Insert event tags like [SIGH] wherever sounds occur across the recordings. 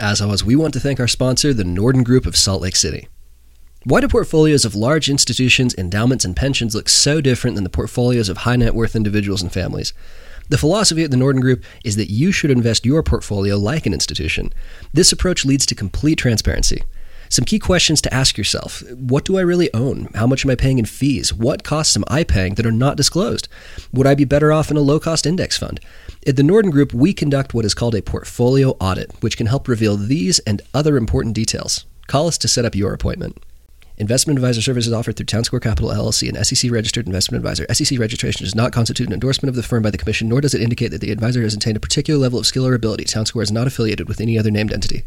As always, we want to thank our sponsor, the Norden Group of Salt Lake City. Why do portfolios of large institutions, endowments, and pensions look so different than the portfolios of high net worth individuals and families? The philosophy at the Norden Group is that you should invest your portfolio like an institution. This approach leads to complete transparency. Some key questions to ask yourself What do I really own? How much am I paying in fees? What costs am I paying that are not disclosed? Would I be better off in a low cost index fund? At the Norden Group, we conduct what is called a portfolio audit, which can help reveal these and other important details. Call us to set up your appointment. Investment advisor services offered through Townsquare Capital LLC, an SEC registered investment advisor. SEC registration does not constitute an endorsement of the firm by the Commission, nor does it indicate that the advisor has attained a particular level of skill or ability. Townsquare is not affiliated with any other named entity.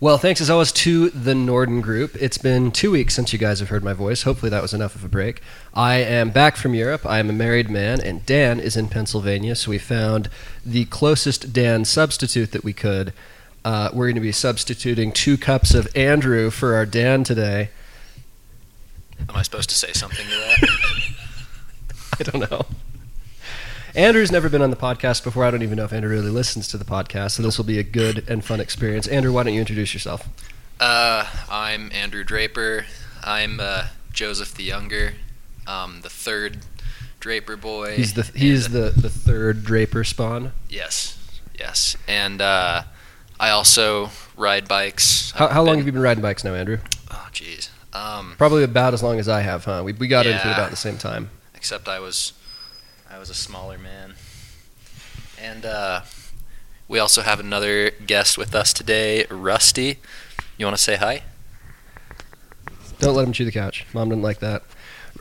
Well, thanks as always to the Norden Group. It's been two weeks since you guys have heard my voice. Hopefully, that was enough of a break. I am back from Europe. I am a married man, and Dan is in Pennsylvania, so we found the closest Dan substitute that we could. Uh, we're going to be substituting two cups of Andrew for our Dan today. [LAUGHS] Am I supposed to say something to that? I don't know. Andrew's never been on the podcast before. I don't even know if Andrew really listens to the podcast, so this will be a good and fun experience. Andrew, why don't you introduce yourself? uh, I'm Andrew Draper. I'm uh, Joseph the Younger, um, the third Draper boy. He's the he's And- uh, the, the third Draper spawn. yes, yes, and uh, I also ride bikes. How, I've how long have been- you been riding bikes now, Andrew? Oh, jeez. Um, Probably about as long as I have, huh? We, we got into it Yeah. about the same time. except I was, I was a smaller man. And uh, we also have another guest with us today, Rusty. You want to say hi? Don't let him chew the couch. Mom didn't like that.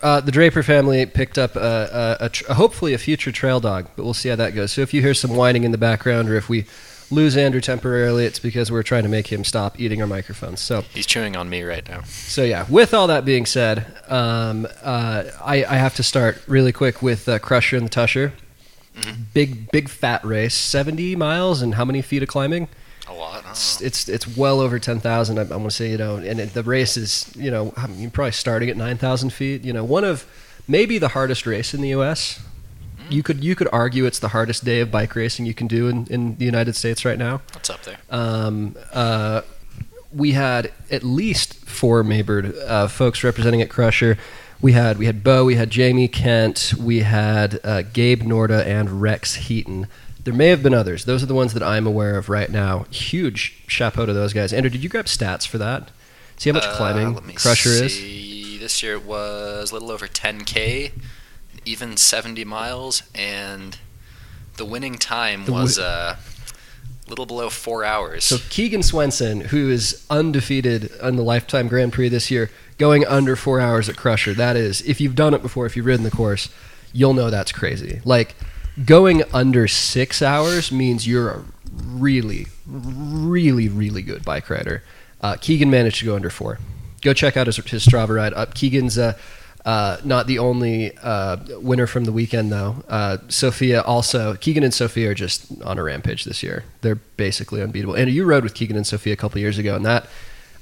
Uh, the Draper family picked up a, a, a tr- hopefully a future trail dog, but we'll see how that goes. So if you hear some whining in the background, or if we lose Andrew temporarily, it's because we're trying to make him stop eating our microphones. So He's chewing on me right now. So yeah, with all that being said, um, uh, I, I have to start really quick with uh, Crusher and the Tusher. Big big fat race, seventy miles and how many feet of climbing? A lot. I It's don't know. it's, it's well over ten thousand. I'm, I'm gonna say you know, and it, the race is you know I mean, you're probably starting at nine thousand feet. You know, one of maybe the hardest race in the U.S. You could you could argue it's the hardest day of bike racing you can do in, in the United States right now What's up there? um, uh, we had at least four Maybird uh, folks representing at Crusher. We had we had Bo, we had Jamie Kent, we had uh, Gabe Norda, and Rex Heaton. There may have been others. Those are the ones that I'm aware of right now. Huge chapeau to those guys. Andrew, did you grab stats for that? See how much Uh, climbing let me Crusher is. see. This year it was a little over 10k, even 70 miles, and the winning time The wi- was uh, a little below four hours. So Keegan Swenson, who is undefeated on the Lifetime Grand Prix this year, going under four hours at Crusher. That is, if you've done it before, if you've ridden the course, you'll know that's crazy. Like going under six hours means you're a really, really, really good bike rider. Uh, Keegan managed to go under four. Go check out his, his Strava ride up. Keegan's uh, uh, not the only uh, winner from the weekend, though. Uh, Sophia also, Keegan and Sophia are just on a rampage this year. They're basically unbeatable. And you rode with Keegan and Sophia a couple years ago, and that,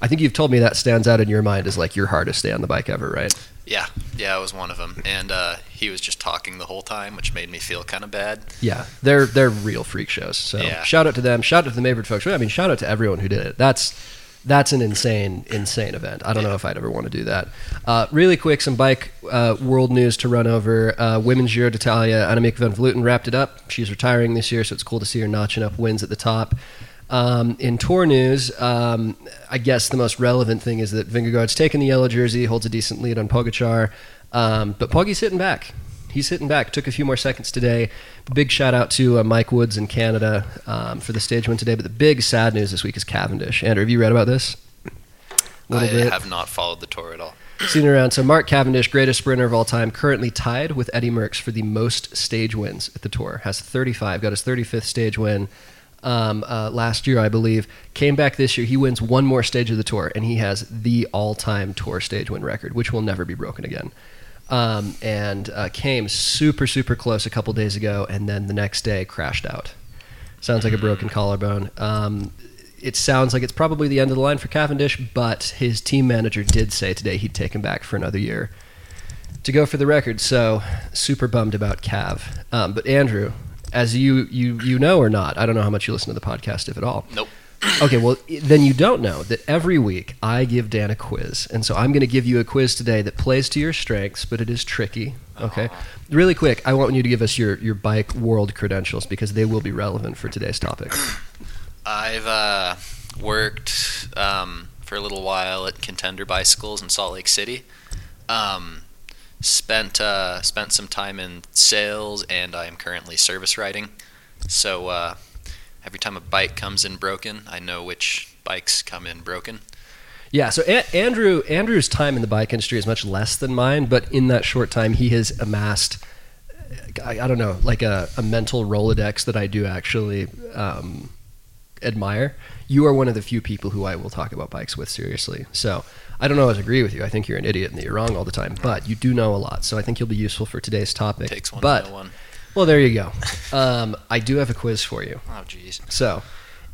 I think you've told me that stands out in your mind as like your hardest day on the bike ever, right? yeah, yeah, it was one of them, and uh, he was just talking the whole time, which made me feel kind of bad. Yeah, they're they're real freak shows. So Yeah. shout out to them. Shout out to the Maybird folks. I mean, shout out to everyone who did it. That's that's an insane, insane event. I don't know if I'd ever want to do that. Uh, really quick, some bike uh, world news to run over. Uh, women's Giro d'Italia, Annemiek van Vleuten wrapped it up. She's retiring this year, so it's cool to see her notching up wins at the top. Um, in tour news, um, I guess the most relevant thing is that Vingegaard's taken the yellow jersey, holds a decent lead on Pogachar, um, but Poggy's hitting back. He's hitting back. Took a few more seconds today. Big shout out to uh, Mike Woods in Canada um, for the stage win today. But the big sad news this week is Cavendish. Andrew, have you read about this? I have not followed the tour at all. Seen it around. So Mark Cavendish, greatest sprinter of all time, currently tied with Eddie Merckx for the most stage wins at the tour. Has 35, got his 35th stage win um, uh, last year, I believe. Came back this year. He wins one more stage of the tour, and he has the all-time tour stage win record, which will never be broken again. um, and uh, came super, super close a couple days ago, and then the next day crashed out. Sounds like a broken collarbone. Um, it sounds like it's probably the end of the line for Cavendish, but his team manager did say today he'd take him back for another year to go for the record. So super bummed about Cav. Um, but Andrew, as you you you know or not, I don't know how much you listen to the podcast, if at all. Nope. Okay, well then you don't know that every week I give Dan a quiz, and so I'm going to give you a quiz today that plays to your strengths, but it is tricky. Okay, really quick, I want you to give us your your bike world credentials because they will be relevant for today's topic. I've uh, worked um, for a little while at Contender Bicycles in Salt Lake City. Um, spent uh, spent some time in sales, and I am currently service riding. So uh, every time a bike comes in broken, I know which bikes come in broken. Yeah, so a- Andrew Andrew's time in the bike industry is much less than mine, but in that short time, he has amassed I, I don't know like a, a mental rolodex that I do actually um, admire. You are one of the few people who I will talk about bikes with seriously. So I don't always agree with you. I think you're an idiot and that you're wrong all the time, but you do know a lot. So I think you'll be useful for today's topic. Takes one but to [LAUGHS] know one. well, there you go. Um, I do have a quiz for you. Oh, jeez. So,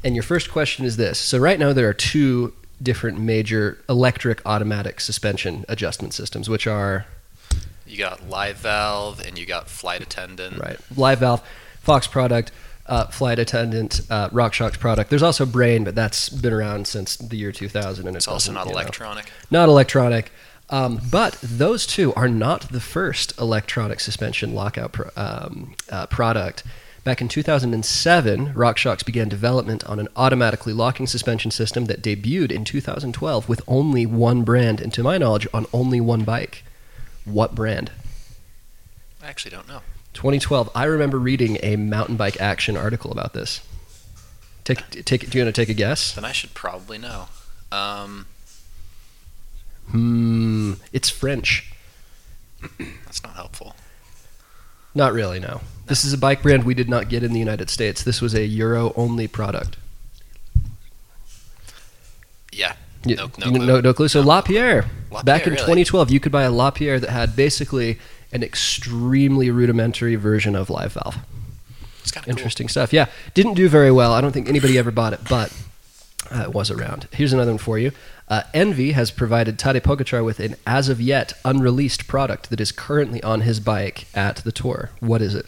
and your first question is this. So, right now there are two different major electric automatic suspension adjustment systems, which are You got live valve, and you got flight attendant. right Live Valve, Fox product, uh, Flight Attendant, uh, RockShox product. There's also Brain, but that's been around since the year 2000, and it's, It's also doesn't, not you know, electronic. not electronic. Um, but those two are not the first electronic suspension lockout pro- um, uh, product. Back in 2007, RockShox began development on an automatically locking suspension system that debuted in 2012 with only one brand, and to my knowledge, on only one bike. What brand? I actually don't know. 2012. I remember reading a mountain bike action article about this. Take, take, do you want to take a guess? Then I should probably know. Um, Hmm, it's French. that's not helpful. Not really, no. This is a bike brand we did not get in the United States. This was a Euro only product. Yeah. You- No- no you- clue. no, clue. So LaPierre, back Lapierre, in really? 2012, you could buy a LaPierre that had basically an extremely rudimentary version of Live Valve. It's kind of cool. Interesting stuff. Yeah, didn't do very well. I don't think anybody ever bought it, but uh, it was around. Here's another one for you. Uh, Envy has provided Tadej Pogacar with an as of yet unreleased product that is currently on his bike at the tour. What is it?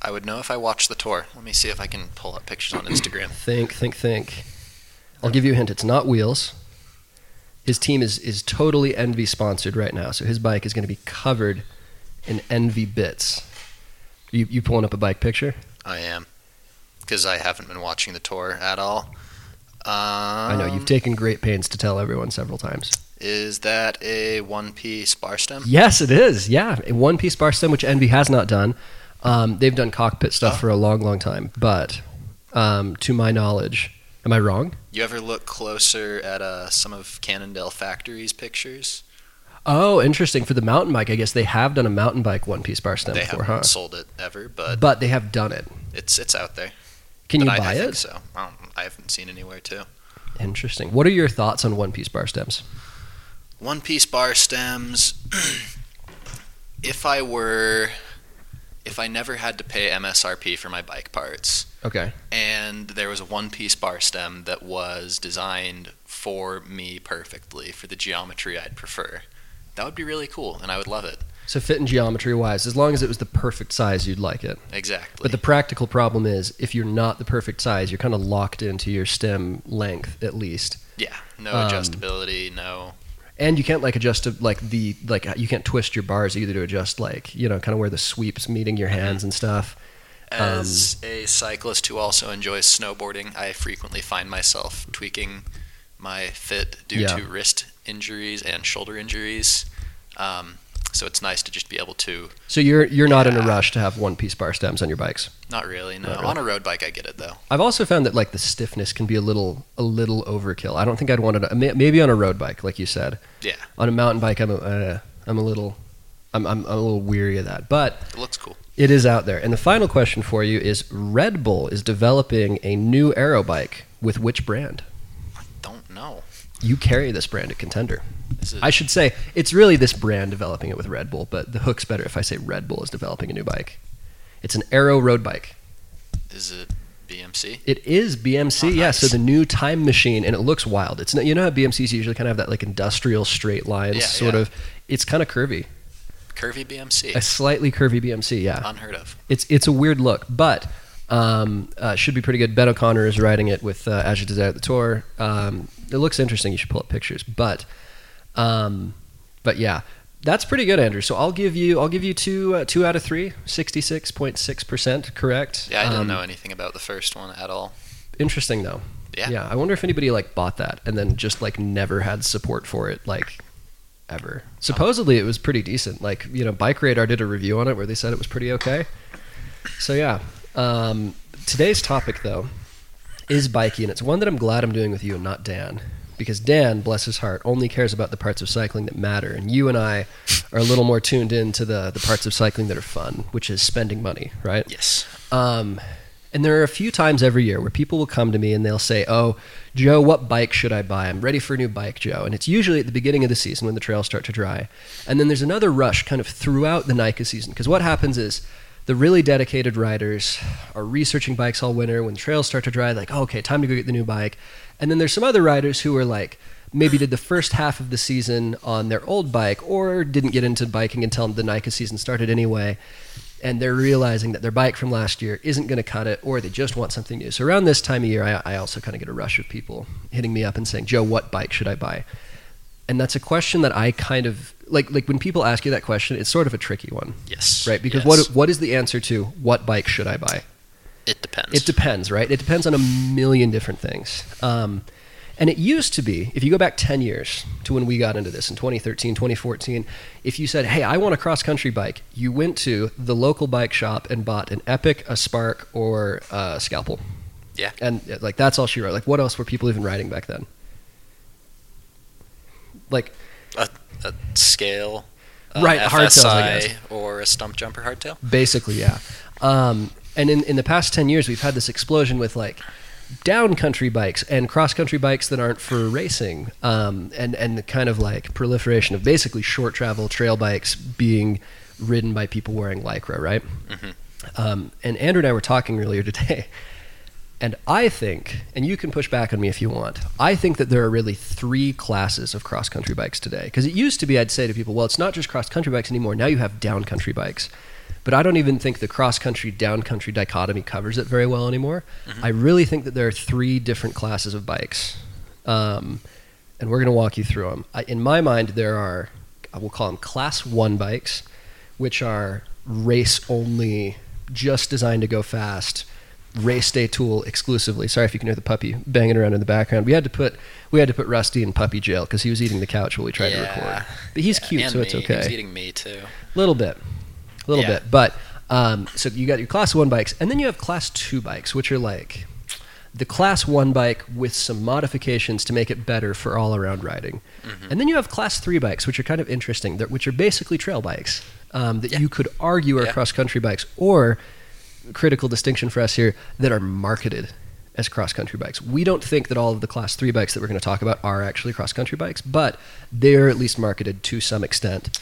I would know if I watched the tour. Let me see if I can pull up pictures on Instagram. [CLEARS THROAT] Think, think, think. I'll give you a hint. It's not wheels. His team is is totally Envy sponsored right now, so his bike is going to be covered in Envy bits. You you pulling up a bike picture? I am because I haven't been watching the tour at all. Um, I know you've taken great pains to tell everyone several times. Is that a one piece bar stem? Yes, it is. Yeah, a one piece bar stem, which Envy has not done. Um, they've done cockpit stuff for a long, long time, but um, to my knowledge, am I wrong? You ever look closer at uh, some of Cannondale Factory's pictures? Oh, interesting. For the mountain bike, I guess they have done a mountain bike one piece bar stem they before, haven't huh? sold it ever, but But they have done it. it's it's out there. Can But you I, buy I Think it? so I, don't- I haven't seen anywhere too. Interesting. What are your thoughts on one piece bar stems? One piece bar stems. [CLEARS THROAT] if I were, if I never had to pay MSRP for my bike parts, Okay. and there was a one piece bar stem that was designed for me perfectly for the geometry I'd prefer. That would be really cool, and I would love it. So fit and geometry wise, as long as it was the perfect size, you'd like it. Exactly. But the practical problem is, if you're not the perfect size, you're kind of locked into your stem length at least. yeah, no um, adjustability, no. and you can't like adjust to like the like you can't twist your bars either to adjust like you know kind of where the sweeps meeting your hands and stuff um, As a cyclist who also enjoys snowboarding, I frequently find myself tweaking my fit due Yeah. to wrist injuries and shoulder injuries. Um, so it's nice to just be able to. so you're you're not in a Yeah. rush to have one piece bar stems on your bikes Not really, no. Not really. On a road bike, I get it though. i've also found that like the stiffness can be a little a little overkill i don't think i'd want it may- maybe on a road bike like you said Yeah. on a mountain bike i'm a, uh, i'm a little I'm, I'm a little weary of that but It looks cool. It is out there. And the final question for you is Red Bull is developing a new aero bike with which brand? Don't know. you carry this brand at Contender. Is it- I should say it's really this brand developing it with Red Bull, but the hook's better if I say Red Bull is developing a new bike. It's an Aero road bike. is it BMC? It is BMC, Oh, yeah. nice. So the new time machine, and it looks wild. It's not, you know how BMCs usually kind of have that like industrial straight lines, Yeah, sort yeah. of. It's kind of curvy, Curvy BMC. a slightly curvy BMC, yeah. Unheard of. It's it's a weird look, but um, uh, should be pretty good. Ben O'Connor is riding it with uh, Azure Desire at the Tour. Um, it looks interesting. You should pull up pictures, but um, but yeah, that's pretty good, Andrew. So I'll give you I'll give you two uh, two out of three, 66.6 percent correct. Yeah, I didn't Um, know anything about the first one at all. Interesting though. Yeah. I wonder if anybody like bought that and then just like never had support for it like ever. Supposedly it was pretty decent. Like, you know, Bike Radar did a review on it where they said it was pretty okay. So yeah. Um, today's topic though is biking and it's one that I'm glad I'm doing with you and not Dan. Because Dan, bless his heart, only cares about the parts of cycling that matter, and you and I are a little more tuned in to the, the parts of cycling that are fun, which is spending money, right? Yes. Um, and there are a few times every year where people will come to me and they'll say, "Oh, Joe, what bike should I buy? I'm ready for a new bike, Joe." And it's usually at the beginning of the season when the trails start to dry. And then there's another rush kind of throughout the Nike season because what happens is the really dedicated riders are researching bikes all winter. When the trails start to dry, like, oh, "Okay, time to go get the new bike." And then there's some other riders who are like maybe did the first half of the season on their old bike or didn't get into biking until the Nike season started anyway and they're realizing that their bike from last year isn't going to cut it or they just want something new. So around this time of year, I, I also kind of get a rush of people hitting me up and saying, Joe, what bike should I buy? And that's a question that I kind of like, like when people ask you that question, it's sort of a tricky one, Yes. right? Because yes. what, what is the answer to what bike should I buy? It depends. It depends, right? It depends on a million different things. Um, and it used to be, if you go back 10 years to when we got into this in 2013, 2014, if you said, hey, I want a cross country bike, you went to the local bike shop and bought an Epic, a Spark, or a Scalpel. Yeah. And uh, like, that's all she wrote. Like, what else were people even riding back then? Like, a scale. uh, Right, FSI hardtails, I guess. or a stump jumper hardtail. Basically, yeah. Um, and in, in the past 10 years, we've had this explosion with like down country bikes and cross country bikes that aren't for racing um, and, and the kind of like proliferation of basically short travel trail bikes being ridden by people wearing Lycra, right? Mhm. Um, and Andrew and I were talking earlier today. And I think, and you can push back on me if you want, I think that there are really three classes of cross country bikes today. Because it used to be, I'd say to people, well, it's not just cross country bikes anymore. Now you have down country bikes. But I don't even think the cross country, down country dichotomy covers it very well anymore. Mm-hmm. I really think that there are three different classes of bikes. Um, and we're going to walk you through them. I, in my mind, there are, I will call them class one bikes, which are race only, just designed to go fast, race day tool exclusively. Sorry if you can hear the puppy banging around in the background. We had to put we had to put Rusty in puppy jail because he was eating the couch while we tried to record. But he's Yeah, cute, and so it's me. He's okay. eating me too. A little bit, a little Yeah. bit. But um, so you got your class one bikes, and then you have class two bikes, which are like the class one bike with some modifications to make it better for all around riding. Mm-hmm. And then you have class three bikes, which are kind of interesting, that, which are basically trail bikes um, that you could argue are Yeah. cross country bikes, or critical distinction for us here, that are marketed as cross country bikes. We don't think that all of the class three bikes that we're going to talk about are actually cross country bikes, but they're at least marketed to some extent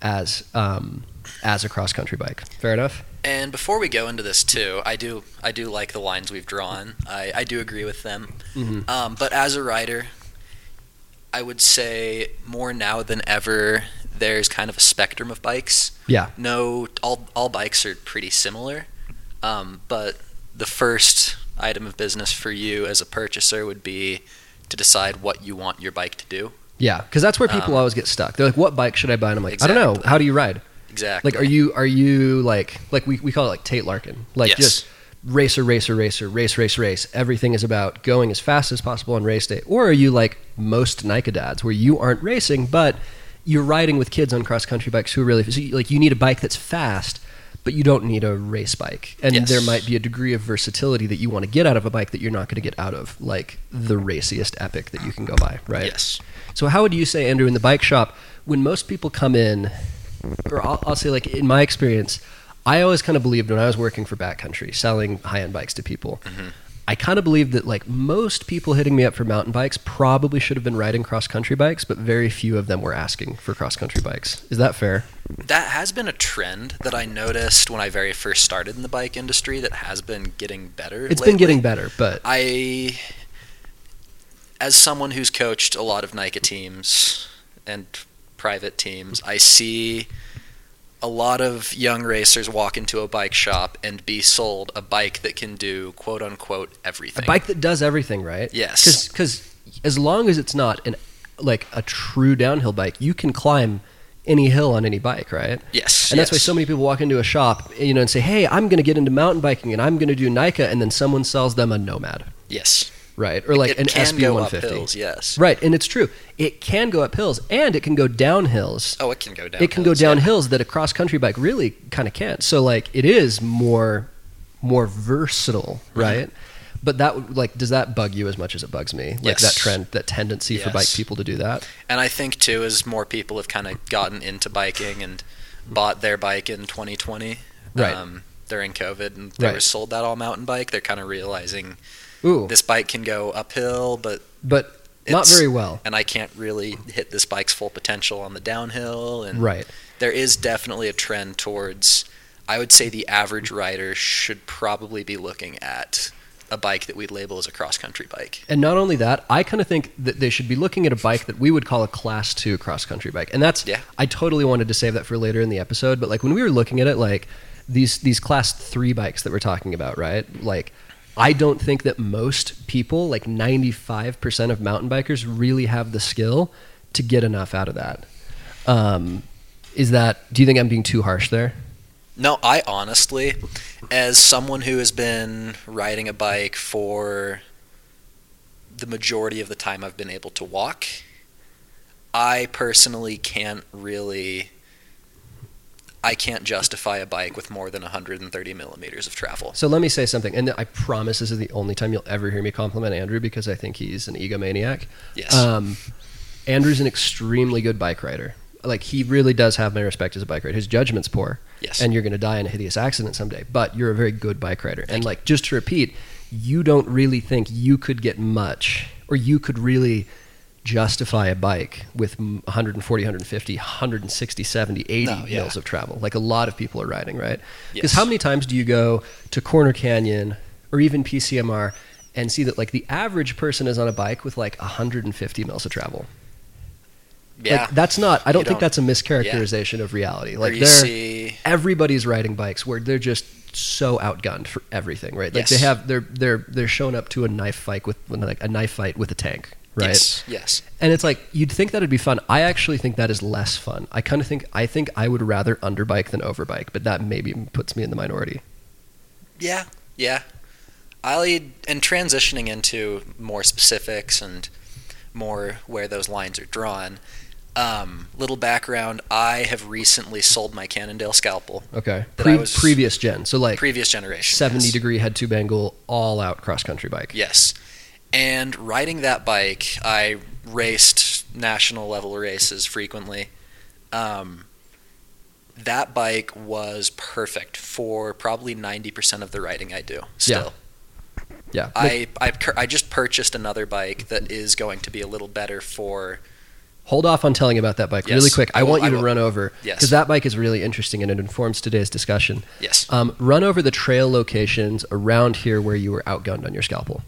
as um, as a cross country bike. Fair enough. And before we go into this too, I do I do like the lines we've drawn. I, I do agree with them. Mhm. Um, but as a writer, I would say more now than ever, there's kind of a spectrum of bikes. Yeah. No, all all bikes are pretty similar. Um, but the first item of business for you as a purchaser would be to decide what you want your bike to do. Yeah, because that's where people Um, always get stuck. They're like, "What bike should I buy?" And I'm like, "I don't know. Exactly. How do you ride? Exactly. Like, are you are you like like we we call it like Tate Larkin? Like Yes. just racer, racer, racer, race, race, race. Everything is about going as fast as possible on race day. Or are you like most Nike dads, where you aren't racing, but you're riding with kids on cross country bikes who are really so you, like you need a bike that's fast, but you don't need a race bike. And Yes. there might be a degree of versatility that you want to get out of a bike that you're not going to get out of like the raciest epic that you can go buy, right? Yes. So how would you say, Andrew, in the bike shop, when most people come in, or I'll, I'll say like in my experience, I always kind of believed when I was working for Backcountry, selling high-end bikes to people, I kind of believe that like most people hitting me up for mountain bikes probably should have been riding cross country bikes, but very few of them were asking for cross country bikes. Is that fair? That has been a trend that I noticed when I very first started in the bike industry that has been getting better. It's lately. been getting better, but I, as someone who's coached a lot of Nike teams and private teams, I see a lot of young racers walk into a bike shop and be sold a bike that can do quote unquote everything. a bike that does everything right. yes. because as long as it's not an like a true downhill bike, you can climb any hill on any bike, right? Yes. And that's why yes. so many people walk into a shop, you know, and say, "Hey, I'm going to get into mountain biking and I'm going to do Nike," and then someone sells them a Nomad, Yes. right? Or like it an can go up SB150. hills. Yes. Right, and it's true. It can go up hills and it can go down hills. Oh, it can go down. it can go hills, yeah. down hills that a cross country bike really kind of can't. So like it is more more versatile, Mm-hmm. right? But that would- like does that bug you as much as it bugs me? Like Yes. that trend, that tendency for bike Yes. people to do that. And I think too, as more people have kind of gotten into biking and bought their bike in 2020, Right. um, during COVID, and they were Right. sold that all mountain bike, they're kind of realizing Ooh, this bike can go uphill, but but not it's- very well. and I can't really hit this bike's full potential on the downhill. And Right. there is definitely a trend towards. I would say the average rider should probably be looking at a bike that we label as a cross country bike. And not only that, I kind of think that they should be looking at a bike that we would call a class two cross country bike. And that's Yeah. I totally wanted to save that for later in the episode, but like when we were looking at it, like these these class three bikes that we're talking about, right? Like I don't think that most people, like ninety five percent of mountain bikers, really have the skill to get enough out of that. Um, is that? Do you think I'm being too harsh there? No, I honestly, as someone who has been riding a bike for the majority of the time I've been able to walk, I personally can't really. I can't justify a bike with more than 130 millimeters of travel. So let me say something, and I promise this is the only time you'll ever hear me compliment Andrew because I think he's an egomaniac. Yes. Um, Andrew's an extremely good bike rider. Like he really does have my respect as a bike rider. His judgment's poor, yes. and you're going to die in a hideous accident someday. But you're a very good bike rider. And like just to repeat, you don't really think you could get much, or you could really justify a bike with m- 140, 150, 160, 70, 80 No, yeah. miles of travel. Like a lot of people are riding, right? Because yes. how many times do you go to Corner Canyon or even PCMR and see that like the average person is on a bike with like 150 miles of travel? yeah. Like, that's not. I don't You think don't- that's a mischaracterization of reality. Or Like you they're see, everybody's riding bikes where they're just so outgunned for everything, right? Like Yes. they have they're they're they're showing up to a knife fight with like a knife fight with a tank, right? Yes. Yes. And it's like you'd think that'd be fun. I actually think that is less fun. I kind of think I think I would rather underbike than overbike, but that maybe puts me in the minority. Yeah, yeah. I and transitioning into more specifics and more where those lines are drawn. Um, little background: I have recently sold my Cannondale scalpel, Okay. That Pre- I was- previous gen, so like previous generation, seventy yes. degree head to bangle, all out cross country bike. Yes, and riding that bike, I raced national level races frequently. Um, that bike was perfect for probably ninety percent of the riding I do. Still. Yeah. Like, I, I cur- I just purchased another bike that is going to be a little better for hold off on telling about that bike Yes. really quick. I, I will- want you I to will. run over Yes. because that bike is really interesting and it informs today's discussion. yes. Um, run over the trail locations around here where you were outgunned on your scalpel.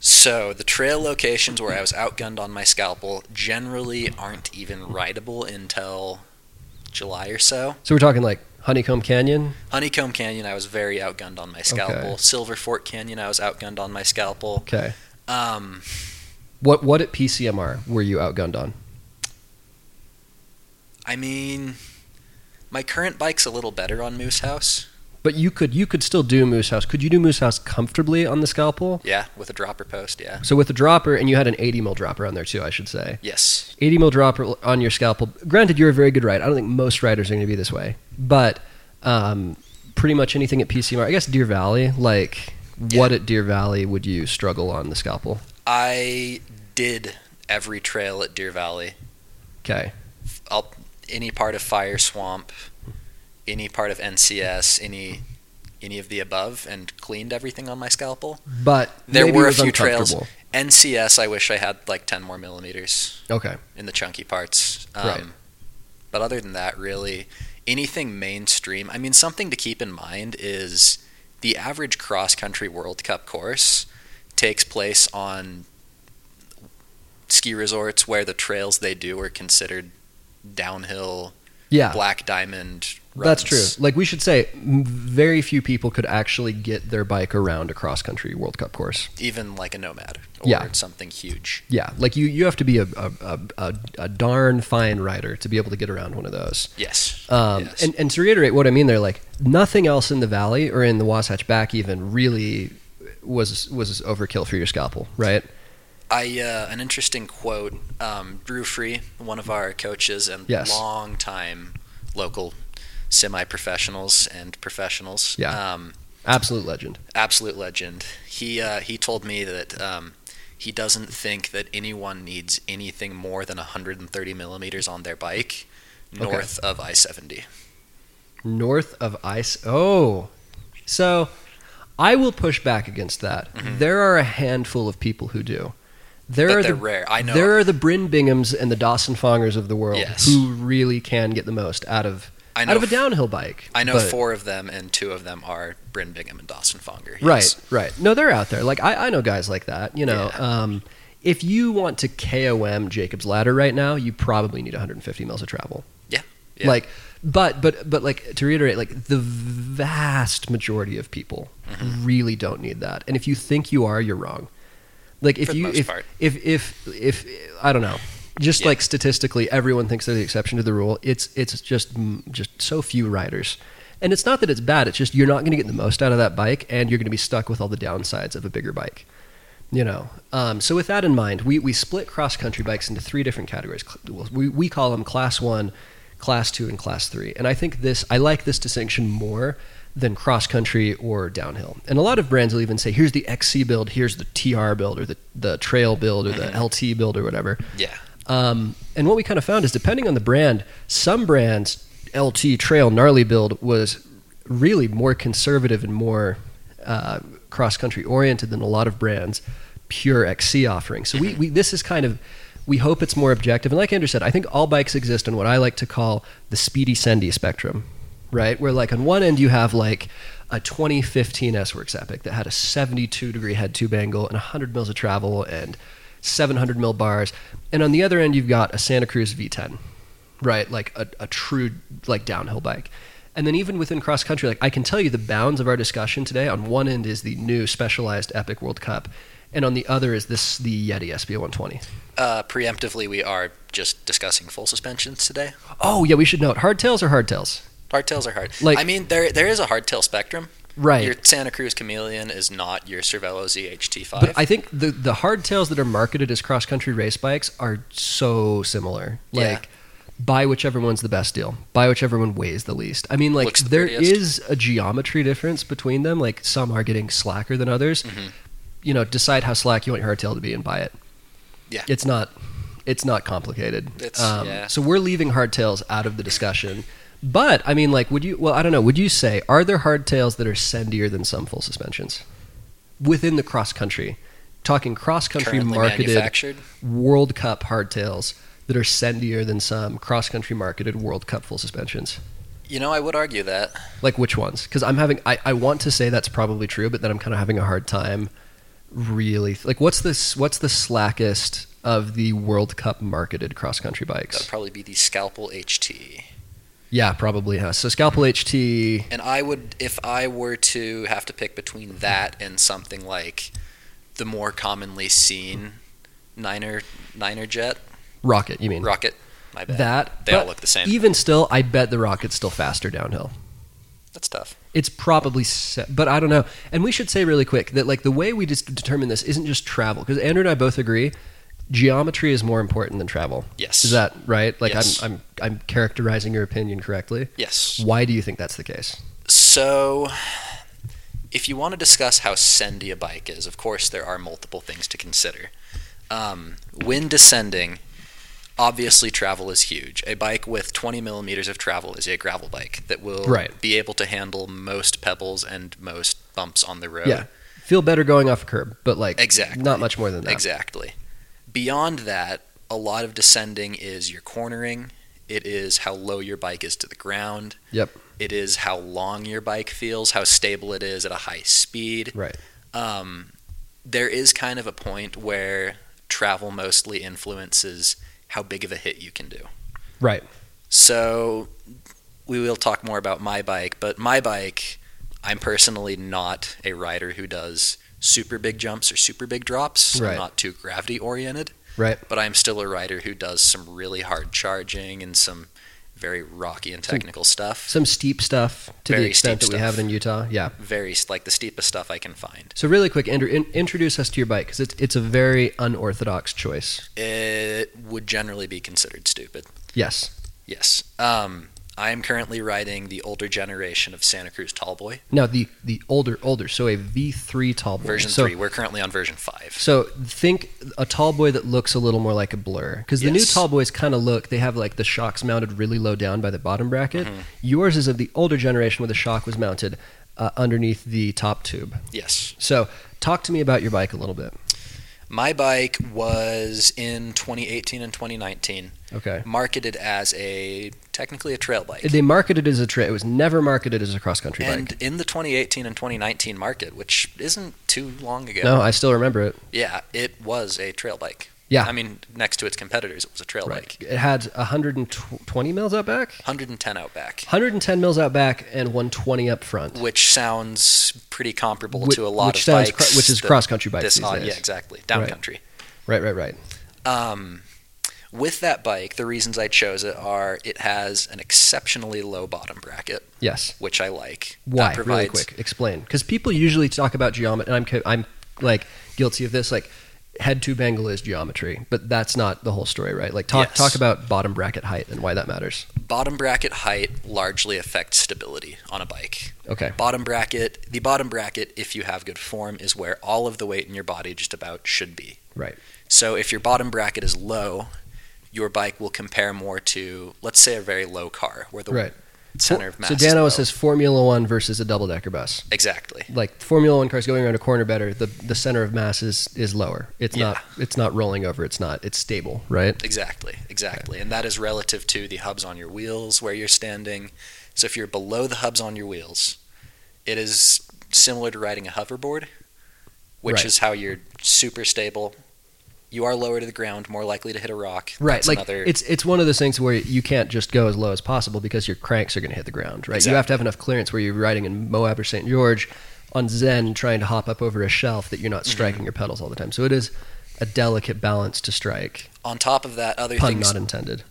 So the trail locations where I was outgunned on my scalpel generally aren't even rideable until July or so. So we're talking like Honeycomb Canyon. Honeycomb Canyon, I was very outgunned on my scalpel. Silver Fork Canyon, I was outgunned on my scalpel. Okay. Um, What what at PCMR were you outgunned on? I mean, my current bike's a little better on Moose House. But you could you could still do Moose House. Could you do Moose House comfortably on the scalpel? Yeah, with a dropper post. Yeah. So with the dropper, and you had an 80 mil dropper on there too, I should say. Yes. 80 mil dropper on your scalpel. Granted, you're a very good rider. I don't think most riders are going to be this way, but um, pretty much anything at PCMR, I guess Deer Valley, like what at Deer Valley would you struggle on the scalpel? I did every trail at Deer Valley. Okay. up any part of Fire Swamp, any part of NCS, any any of the above and cleaned everything on my scalpel. But There maybe were it a was few trails. uncomfortable. NCS, I wish I had like 10 more millimeters Okay. in the chunky parts. Um, Right. But other than that, really, anything mainstream. I mean, something to keep in mind is the average cross country World Cup course takes place on ski resorts where the trails they do are considered downhill, Yeah. black diamond runs. That's true. Like we should say, m- very few people could actually get their bike around a cross country World Cup course. Even like a nomad or Yeah. something huge. Yeah, like you, you have to be a a, a, a a darn fine rider to be able to get around one of those. Yes. Um, Yes. and, and to reiterate what I mean there, like nothing else in the valley or in the Wasatch Back even really was was overkill for your scalpel, right? I uh, an interesting quote. Um, Drew Free, one of our coaches and Yes. long time local semi professionals and professionals. Yeah. Um, Absolute legend. absolute legend. He uh, he told me that um, he doesn't think that anyone needs anything more than 130 millimeters on their bike north of I-70. North of ice. Oh, so I will push back against that. There are a handful of people who do. There Mm-hmm. But are they're the rare. I know. There are the Bryn Binghams and the Dawson Fongers of the world Yes. who really can get the most out of I know. out of a f- downhill bike. I know but- four of them, and two of them are Bryn Bingham and Dawson Fonger. Yes. Right, right. No, they're out there. Like I, I know guys like that. You know, Yeah. um, if you want to KOM Jacob's Ladder right now, you probably need 150 miles of travel. Yeah, yeah. Like, but but but like to reiterate, like the vast majority of people Mm-hmm. really don't need that. And if you think you are, you're wrong. Like if For the you most if, part. if if if I don't know. Just Yeah. like statistically, everyone thinks they're the exception to the rule. It's it's just mm, just so few riders. And it's not that it's bad. It's just you're not going to get the most out of that bike, and you're going to be stuck with all the downsides of a bigger bike. You know. Um, so with that in mind, we we split cross country bikes into three different categories. Cl- well, We we call them class one, class two, and class three. And I think this I like this distinction more than cross country or downhill. And a lot of brands will even say, "Here's the XC build, here's the TR build, or the the trail build, or the LT build, or whatever." Yeah. Um, and what we kind of found is depending on the brand, some brands, LT Trail Gnarly Build was really more conservative and more uh, cross country oriented than a lot of brands' pure XC offering. So we, we this is kind of we hope it's more objective. And like Andrew said, I think all bikes exist on what I like to call the speedy sendy spectrum, right? Where like on one end you have like a 2015 S Works Epic that had a 72 degree head tube angle and 100 mils of travel and 700 mil bars, and on the other end you've got a Santa Cruz V10, right? Like a, a true like downhill bike. And then even within cross country, like I can tell you the bounds of our discussion today. On one end is the new specialized Epic World Cup, and on the other is this the Yeti SB 120. Uh, preemptively, we are just discussing full suspensions today. Oh yeah, we should note hardtails are hardtails, Hardtails are hard. Like- I mean, there there is a hardtail spectrum. right? Your Santa Cruz Chameleon is not your Cervelo ZHT5. But I think the the hardtails that are marketed as cross country race bikes are so similar. Like Yeah. buy whichever one's the best deal. Buy whichever one weighs the least. I mean like Looks the there is prettiest. a geometry difference between them. Like some are getting slacker than others. Mm-hmm. You know, decide how slack you want your hardtail to be and buy it. Yeah. It's not it's not complicated. It's- yeah. Um, so we're leaving hardtails out of the discussion. But I mean like would you well I don't know, would you say are there hardtails that are sendier than some full suspensions? Within the cross country talking cross country currently marketed manufactured. World Cup hardtails that are sendier than some cross country marketed World Cup full suspensions. You know, I would argue that. Like which ones? Because I'm having, I, I want to say that's probably true, but then I'm kind of having a hard time really. Like what's this, what's the slackest of the World Cup marketed cross country That would bikes? probably be the Scalpel HT. Yeah, probably. Huh? So Scalpel HT, And I would, if I were to have to pick between that and something like the more commonly seen Niner Niner Jet Rocket, you mean? Rocket. My bad. That, they but all look the same. even still, I bet the Rocket's still faster downhill. That's tough. it's probably se- but i don't know and we should say really quick that like the way we just determine this isn't just travel because andrew and i both agree geometry is more important than travel Yes. is that right like Yes. I'm, I'm i'm characterizing your opinion correctly yes. why do you think that's the case So, if you want to discuss how sendy a bike is, of course, there are multiple things to consider. Um, when descending, obviously travel is huge. A bike with 20 millimeters of travel is a gravel bike that will Right. be able to handle most pebbles and most bumps on the road. Yeah. Feel better going off a curb, but like Exactly. not much more than that. Exactly. Beyond that, a lot of descending is your cornering. It is how low your bike is to the ground. Yep. It is how long your bike feels, how stable it is at a high speed. Right. Um, there is kind of a point where travel mostly influences how big of a hit you can do. Right. So we will talk more about my bike, but my bike, I'm personally not a rider who does super big jumps or super big drops. Right. I'm not too gravity oriented, Right. but I'm still a rider who does some really hard charging and some very rocky and technical stuff. Some steep stuff to the Very extent that steep we have it stuff. in Utah. Yeah. Very like the steepest stuff I can find. So really quick, Andrew, in- introduce us to your bike because it's it's a very unorthodox choice. It would generally be considered stupid. Yes. Yes. Um, I am currently riding the older generation of Santa Cruz Tallboy, Now the the older older so a V3 tall boy. version so, three. We're currently on version five. So think a tall boy that looks a little more like a blur because the new Yes. tall boys kind of look they have like the shocks mounted really low down by the bottom bracket. Mm-hmm. Yours is of the older generation where the shock was mounted uh, underneath the top tube. Yes. So talk to me about your bike a little bit. My bike was in 2018 and 2019 Okay. marketed as a technically a trail bike. They marketed it as a trail. It was never marketed as a cross country and bike. in the 2018 and 2019 market, which isn't too long ago, No, I still remember it. yeah, it was a trail bike. Yeah. I mean, next to its competitors, it was a trail bike. It had 120 mils out back, 110 outback, 110 mils out back, and 120 up front. which sounds pretty comparable Whi- to a lot which of sounds bikes, cro- which is that cross country bikes This these odd- days. yeah, exactly, down Right. country. Right, right, right. Um, with that bike, the reasons I chose it are it has an exceptionally low bottom bracket. Yes. which I like. Why? That Really provides- quick, explain. Because people usually talk about geometry, and I'm co- I'm like guilty of this. Like head to bangle is geometry, but that's not the whole story, right? Like talk Yes. talk about bottom bracket height and why that matters. Bottom bracket height largely affects stability on a bike. Okay. Bottom bracket, the bottom bracket, if you have good form, is where all of the weight in your body just about should be. Right. So if your bottom bracket is low, your bike will compare more to, let's say, a very low car where the Right. center of mass. So is Dano low. says Formula One versus a double decker bus. exactly. Like Formula One cars going around a corner better. The the center of mass is is lower. It's Yeah. not it's not rolling over. It's not it's stable. Right. Exactly, exactly. And that is relative to the hubs on your wheels where you're standing. So if you're below the hubs on your wheels, it is similar to riding a hoverboard, which Right. is how you're super stable. You are lower to the ground, more likely to hit a rock. Right, That's like another- it's it's one of those things where you can't just go as low as possible because your cranks are going to hit the ground, right? You have to have enough clearance where you're riding in Moab or St. George on Zen trying to hop up over a shelf that you're Mm-hmm. not striking your pedals all the time. So it is a delicate balance to strike, on top of that, other pun things. not intended.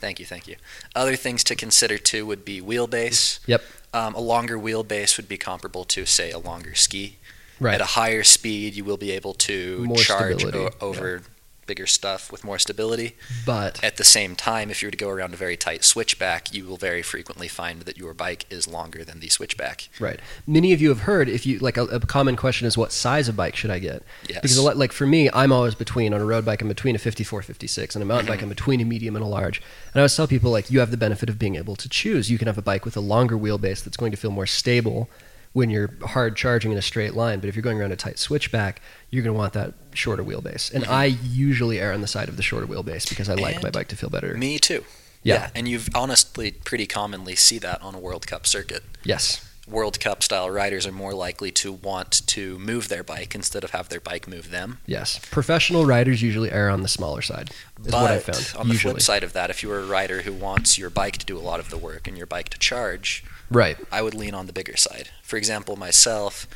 Thank you, thank you. Other things to consider too would be wheelbase. Yep. Um, a longer wheelbase would be comparable to, say, a longer ski. Right. at a higher speed, you will be able to More charge o- stability, over bigger stuff with more stability. But At the same time, if you were to go around a very tight switchback, you will very frequently find that your bike is longer than the switchback. right. Many of you have heard if you like a, a common question is what size of bike should I get? Yes. Because a lot, like for me, I'm always between on a road bike, I'm between a 54, 56, and a mountain bike, I'm between a medium and a large. And I always tell people like you have the benefit of being able to choose. You can have a bike with a longer wheelbase that's going to feel more stable when you're hard charging in a straight line, but if you're going around a tight switchback, you're going to want that shorter wheelbase. And I usually err on the side of the shorter wheelbase because I like my And bike to feel better. Me too. Yeah. And you've honestly pretty commonly see that on a World Cup circuit. Yes. World Cup style riders are more likely to want to move their bike instead of have their bike move them. Yes. Professional riders usually err on the smaller side. Is but what I found. on the usually. flip side of that, if you were a rider who wants your bike to do a lot of the work and your bike to charge, Right. I would lean on the bigger side. For example, myself,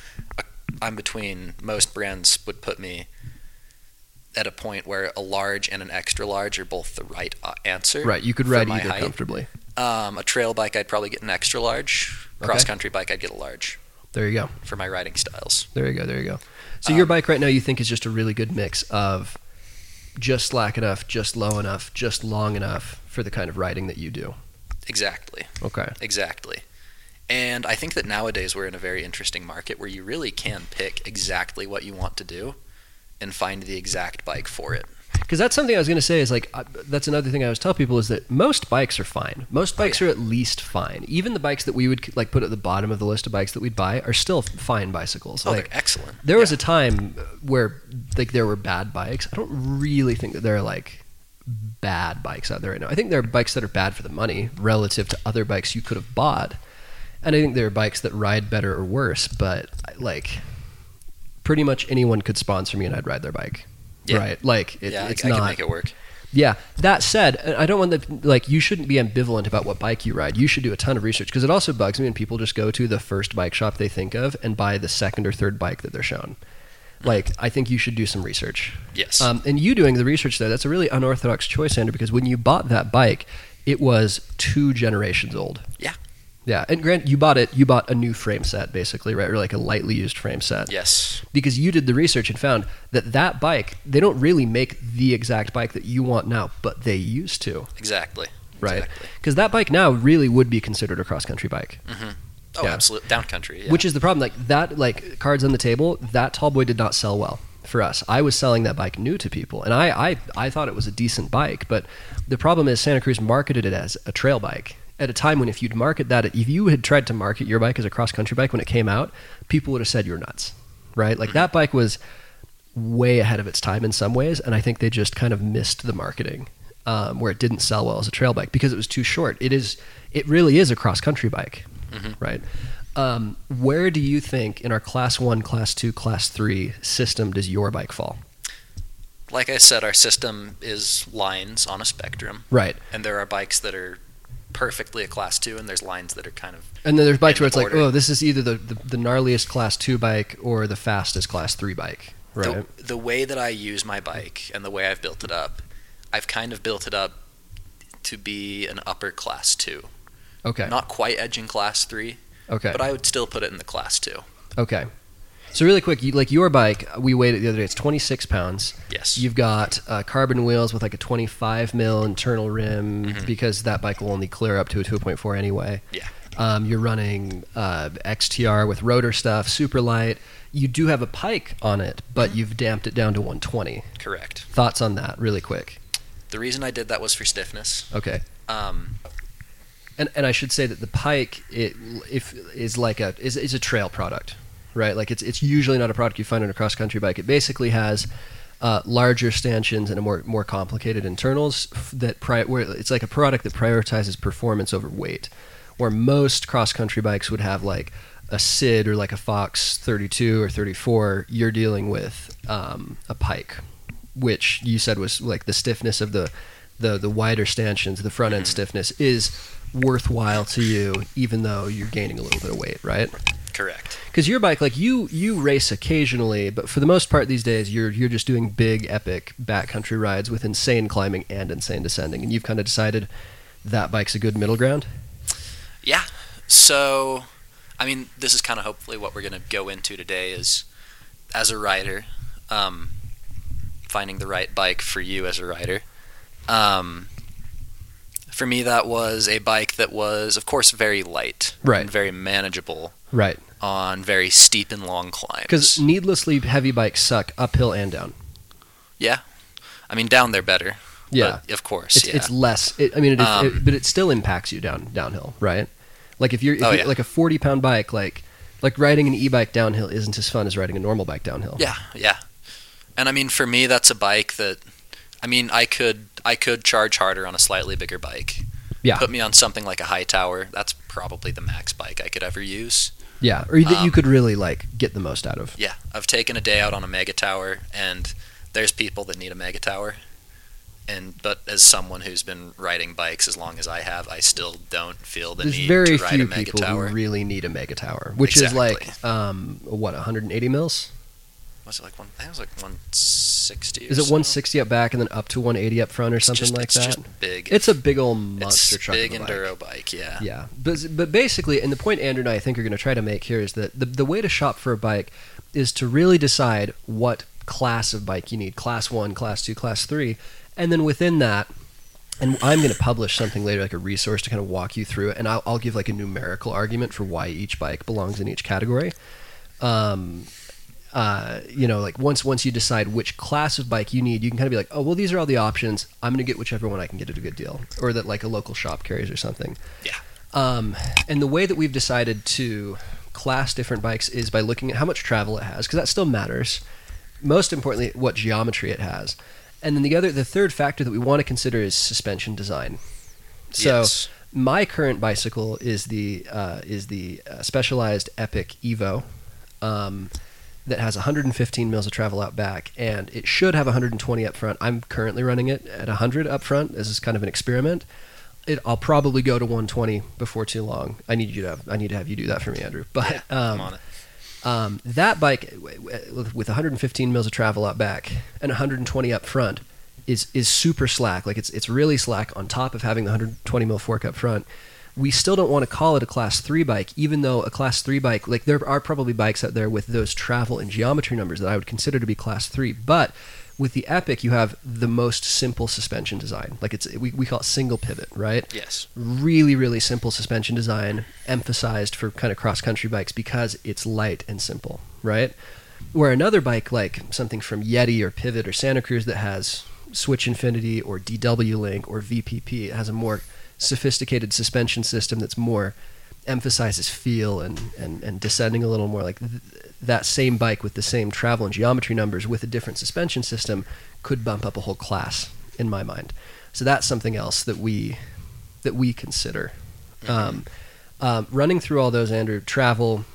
I'm between most brands would put me at a point where a large and an extra large are both the right uh, answer. Right. You could for ride my either height. comfortably. Um, a trail bike, I'd probably get an extra large. Okay. Cross country bike, I'd get a large There you go. for my riding styles. There you go. There you go. So your bike right now, you think is just a really good mix of just slack enough, just low enough, just long enough for the kind of riding that you do. Exactly, Okay. exactly. And I think that nowadays we're in a very interesting market where you really can pick exactly what you want to do and find the exact bike for it. Because that's something I was going to say is like uh, that's another thing I always tell people is that most bikes are fine. Most bikes are at least fine. Even the bikes that we would like put at the bottom of the list of bikes that we'd buy are still fine bicycles. Oh, like they're excellent. there was a time uh, where like there were bad bikes. I don't really think that there are like bad bikes out there right now. I think there are bikes that are bad for the money relative to other bikes you could have bought. And I think there are bikes that ride better or worse, but like pretty much anyone could sponsor me and I'd ride their bike. Yeah. Right. Like it, yeah, it's I, I not can make it work. yeah. That said, I don't want the like you shouldn't be ambivalent about what bike you ride. You should do a ton of research because it also bugs me when people just go to the first bike shop they think of and buy the second or third bike that they're shown. Like I think you should do some research. Yes. Um, and you doing the research there, that's a really unorthodox choice, Andrew, because when you bought that bike, it was two generations old. Yeah. Yeah. And Grant, you bought it, you bought a new frame set basically, right? Or like a lightly used frame set yes. because you did the research and found that that bike they don't really make the exact bike that you want now but they used to Exactly. right Exactly. because that bike now really would be considered a cross country bike Oh, Yeah. absolutely. Down country. Yeah. which is the problem like that like cards on the table that tall boy did not sell well for us i was selling that bike new to people and I, I i thought it was a decent bike but the problem is santa cruz marketed it as a trail bike at a time when if you'd market that if you had tried to market your bike as a cross country bike when it came out people would have said you're nuts right like that bike was way ahead of its time in some ways and i think they just kind of missed the marketing um, where it didn't sell well as a trail bike because it was too short it is it really is a cross country bike right um, where do you think in our class one, class two, class three system does your bike fall? like I said, our system is lines on a spectrum, Right. and there are bikes that are perfectly a class two, and there's lines that are kind of And then there's bikes where it's like, Border. oh, this is either the, the, the gnarliest class two bike or the fastest class three bike. Right. the, the way that I use my bike and the way I've built it up. I've kind of built it up to be an upper class two, okay. not quite edging class three, okay. but I would still put it in the class two. okay. So really quick, you, like your bike, we weighed it the other day. It's 26 pounds. Yes. You've got uh, carbon wheels with like a 25 mil internal rim because that bike will only clear up to a 2.4 anyway. Yeah. Um, you're running uh, XTR with rotor stuff, super light. You do have a pike on it, but you've damped it down to 120. Correct. Thoughts on that, really quick? The reason I did that was for stiffness. Okay. Um, And and I should say that the pike it if is like a is, is a trail product, right? Like it's it's usually not a product you find on a cross country bike. It basically has uh, larger stanchions and a more more complicated internals f- that pri- where it's like a product that prioritizes performance over weight. Where most cross country bikes would have like a Sid or like a Fox 32 or 34, you're dealing with um, a pike, which you said was like the stiffness of the the the wider stanchions, the front end stiffness is worthwhile to you, even though you're gaining a little bit of weight, right? correct. Because your bike, like you you race occasionally, but for the most part these days, you're you're just doing big epic backcountry rides with insane climbing and insane descending, and you've kind of decided that bike's a good middle ground. Yeah. So, I mean, this is kind of hopefully what we're going to go into today is as a rider, um, finding the right bike for you as a rider. Um, for me, that was a bike that was, of course, very light, Right. and very manageable Right. on very steep and long climbs. Because needlessly heavy bikes suck uphill and down. I mean, down there better. Yeah. but of course. it's, yeah. it's less. It, I mean, it, Um, it, but it still impacts you down downhill, right? Like if you're, if Oh, you're yeah. like a forty pound bike, like like riding an e bike downhill isn't as fun as riding a normal bike downhill. Yeah, yeah. And I mean, for me, that's a bike that, I mean, I could I could charge harder on a slightly bigger bike. Yeah. Put me on something like a high tower. That's probably the max bike I could ever use. yeah, or that you Um, could really like get the most out of. Yeah, I've taken a day out on a mega tower, and there's people that need a mega tower. And but as someone who's been riding bikes as long as I have, I still don't feel the There's need very to ride few a mega people tower. who really need a mega tower, which Exactly. is like um what 180 mils. was it like one? I think it was like 160. Is it 160 up back and then up to 180 up front or something like it's that? Just big. it's a big old it's monster truck. big of a bike. enduro bike. Yeah. Yeah, but but basically, and the point Andrew and I think are going to try to make here is that the the way to shop for a bike is to really decide what class of bike you need: class one, class two, class three, and then within that. And I'm going to publish something later, like a resource to kind of walk you through it, and I'll, I'll give like a numerical argument for why each bike belongs in each category. Um, uh, you know, like once once you decide which class of bike you need, you can kind of be like, oh, well, these are all the options. I'm going to get whichever one I can get at a good deal, or that like a local shop carries or something. Yeah. Um, and the way that we've decided to class different bikes is by looking at how much travel it has, because that still matters. Most importantly, what geometry it has, and then the other, the third factor that we want to consider is suspension design. So yes. my current bicycle is the uh, is the uh, Specialized Epic Evo, um, that has 115 mils of travel out back, and it should have 120 up front. I'm currently running it at 100 up front. This is kind of an experiment. It, I'll probably go to 120 before too long. I need you to have, I need to have you do that for me, Andrew. But I'm um, on it. um, that bike w- w- with 115 mils of travel out back and 120 up front is is super slack. Like it's it's really slack on top of having the 120 mil fork up front. We still don't want to call it a class three bike, even though a class three bike, like there are probably bikes out there with those travel and geometry numbers that I would consider to be class three. But with the Epic, you have the most simple suspension design. Like it's we, we call it single pivot, right? Yes. really really simple suspension design emphasized for kind of cross country bikes because it's light and simple right where another bike like something from yeti or pivot or santa cruz that has switch infinity or dw link or vpp it has a more sophisticated suspension system that's more emphasizes feel and and, and descending a little more like th- that same bike with the same travel and geometry numbers with a different suspension system could bump up a whole class in my mind so that's something else that we that we consider. Um, um, running through all those, Andrew, travel,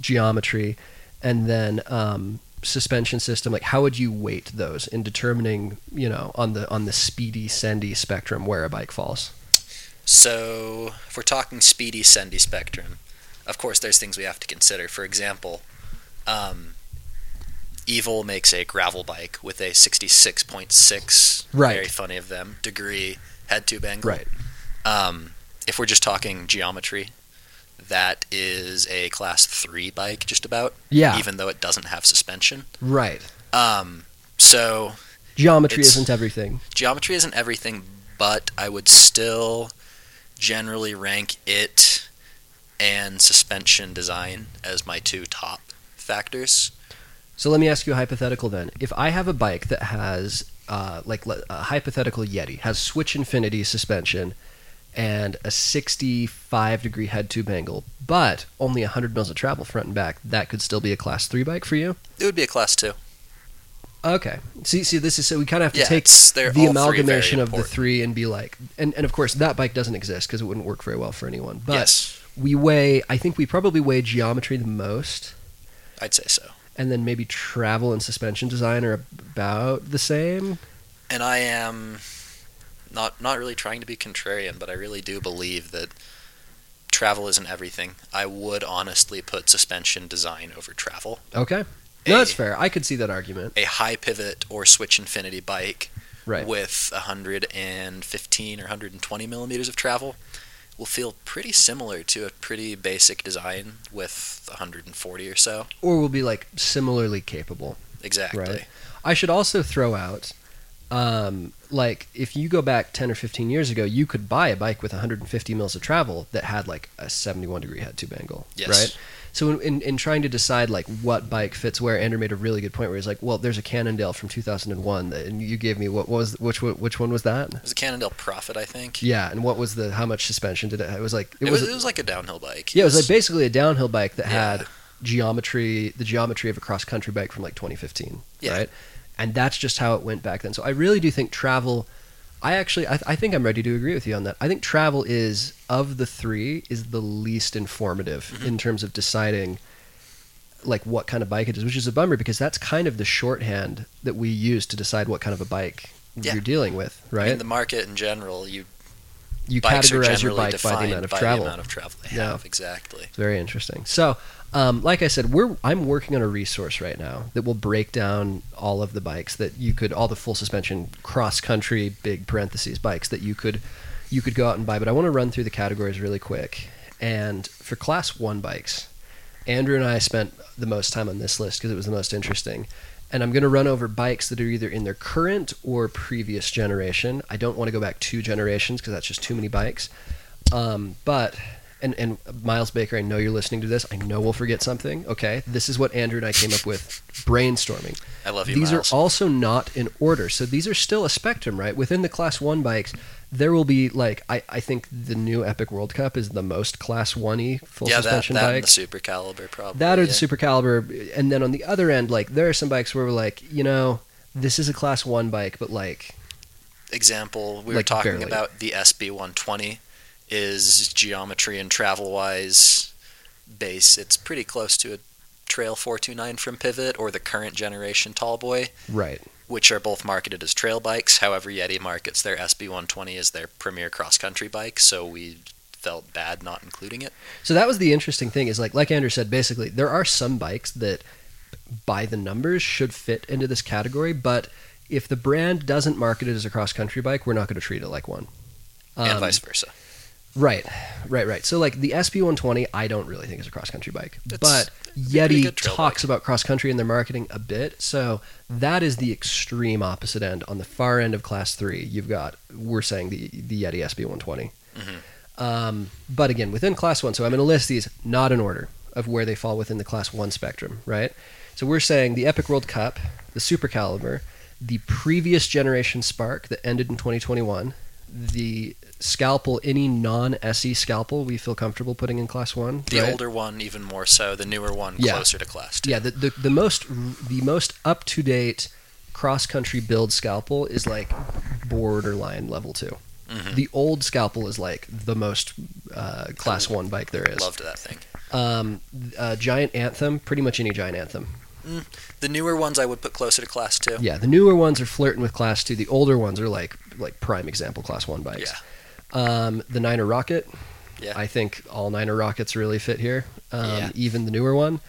geometry, and then um, suspension system. Like, how would you weight those in determining, you know, on the on the speedy, sendy spectrum where a bike falls? So, if we're talking speedy sendy spectrum, of course, there's things we have to consider. For example, um, Evil makes a gravel bike with a 66.6, Right. very funny of them, degree head tube angle. Right. Um, if we're just talking geometry, that is a class 3 bike, just about, Yeah. even though it doesn't have suspension. Right. Um, so, Geometry It's- isn't everything. geometry isn't everything, but I would still generally rank it and suspension design as my two top factors. So let me ask you a hypothetical then. If I have a bike that has, uh, like, le- a hypothetical Yeti has switch infinity suspension and a 65 degree head tube angle, but only 100 mils of travel front and back, that could still be a class three bike for you. It would be a class two. Okay. See, see, this is so we kind of have to Yeah, take it's- they're the all three very amalgamation of the important. three and be like, and, and of course that bike doesn't exist because it wouldn't work very well for anyone. But yes, we weigh, I think we probably weigh geometry the most. I'd say so. and then maybe travel and suspension design are about the same. And I am not not really trying to be contrarian, but I really do believe that travel isn't everything. I would honestly put suspension design over travel. Okay. A- No, that's fair. I could see that argument. a high pivot or switch infinity bike Right. with 115 or 120 millimeters of travel will feel pretty similar to a pretty basic design with 140 or so. Or we'll be like similarly capable. Exactly. Right. I should also throw out um, like if you go back 10 or 15 years ago, you could buy a bike with 150 mils of travel that had like a 71 degree head tube angle. Yes. Right. So in, in, in trying to decide like what bike fits where, Andrew made a really good point where he's like, well, there's a Cannondale from 2001 that and you gave me what was which one- which one was that? It was a Cannondale Profit, I think. Yeah, and what was the how much suspension did it? It was like It, was, it was like a downhill bike. yeah, it was like basically a downhill bike that Yeah. had geometry, the geometry of a cross country bike from like 2015, Yeah. right? And that's just how it went back then. So I really do think travel. I actually, I, I think I'm ready to agree with you on that. I think travel is of the three is the least informative Mm-hmm. in terms of deciding like what kind of bike it is, which is a bummer because that's kind of the shorthand that we use to decide what kind of a bike Yeah. you're dealing with, I right? mean, the market in general, you you bikes are categorize your generally bike by defined the amount of travel. amount of travel they Yeah. have. Exactly. It's very interesting. So, um, like I said, we're I'm working on a resource right now that will break down all of the bikes that you could, all the full suspension cross country big parentheses bikes that you could you could go out and buy. But I want to run through the categories really quick. And for class one bikes, Andrew and I spent the most time on this list because it was the most interesting. And I'm going to run over bikes that are either in their current or previous generation. I don't want to go back two generations because that's just too many bikes. Um, but and and Miles Baker, I know you're listening to this. I know we'll forget something. Okay, this is what Andrew and I came up with brainstorming. I love you, These Miles. are also not in order, so these are still a spectrum, right? Within the class one bikes, there will be like I, I think the new Epic World Cup is the most class one y full yeah, that, suspension that bike. and the super caliber probably. That or yeah. the Super Caliber, and then on the other end, like there are some bikes where we're like, you know, this is a class one bike, but like example we were Like, talking barely. about the SB120 is geometry and travel wise base. It's pretty close to a Trail 429 from Pivot or the current generation Tallboy, right, which are both marketed as trail bikes. However, Yeti markets their SB120 as their premier cross country bike, so we felt bad not including it. So that was the interesting thing is like like Andrew said, basically there are some bikes that by the numbers should fit into this category, but if the brand doesn't market it as a cross country bike, we're not going to treat it like one. and Um, vice versa. Right, right, right. So like the SB120, I don't really think is a cross country bike, It's but pretty Yeti good trail talks about cross country in their marketing a bit. So that is the extreme opposite end. On the far end of class three, you've got we're saying the the Yeti SB120. Mm-hmm. Um, but again, within class one, so I'm going to list these not in order of where they fall within the class one spectrum, right? So we're saying the Epic World Cup, the Super Caliber, the previous generation Spark that ended in 2021, the scalpel, any non SE scalpel we feel comfortable putting in class one. The right? older one, even more so. The newer one, Yeah. closer to class two. yeah, the, the, the most the most up to date cross country build scalpel is like borderline level 2 Mhm. The old scalpel is like the most uh, class one bike there is. Loved that thing. Um, uh, giant anthem, pretty much any giant anthem. The newer ones I would put closer to class two. Yeah, the newer ones are flirting with class two. The older ones are like like prime example class one bikes. Um, the Niner Rocket. Yeah. I think all Niner Rockets really fit here. Um, Yeah. Even the newer one,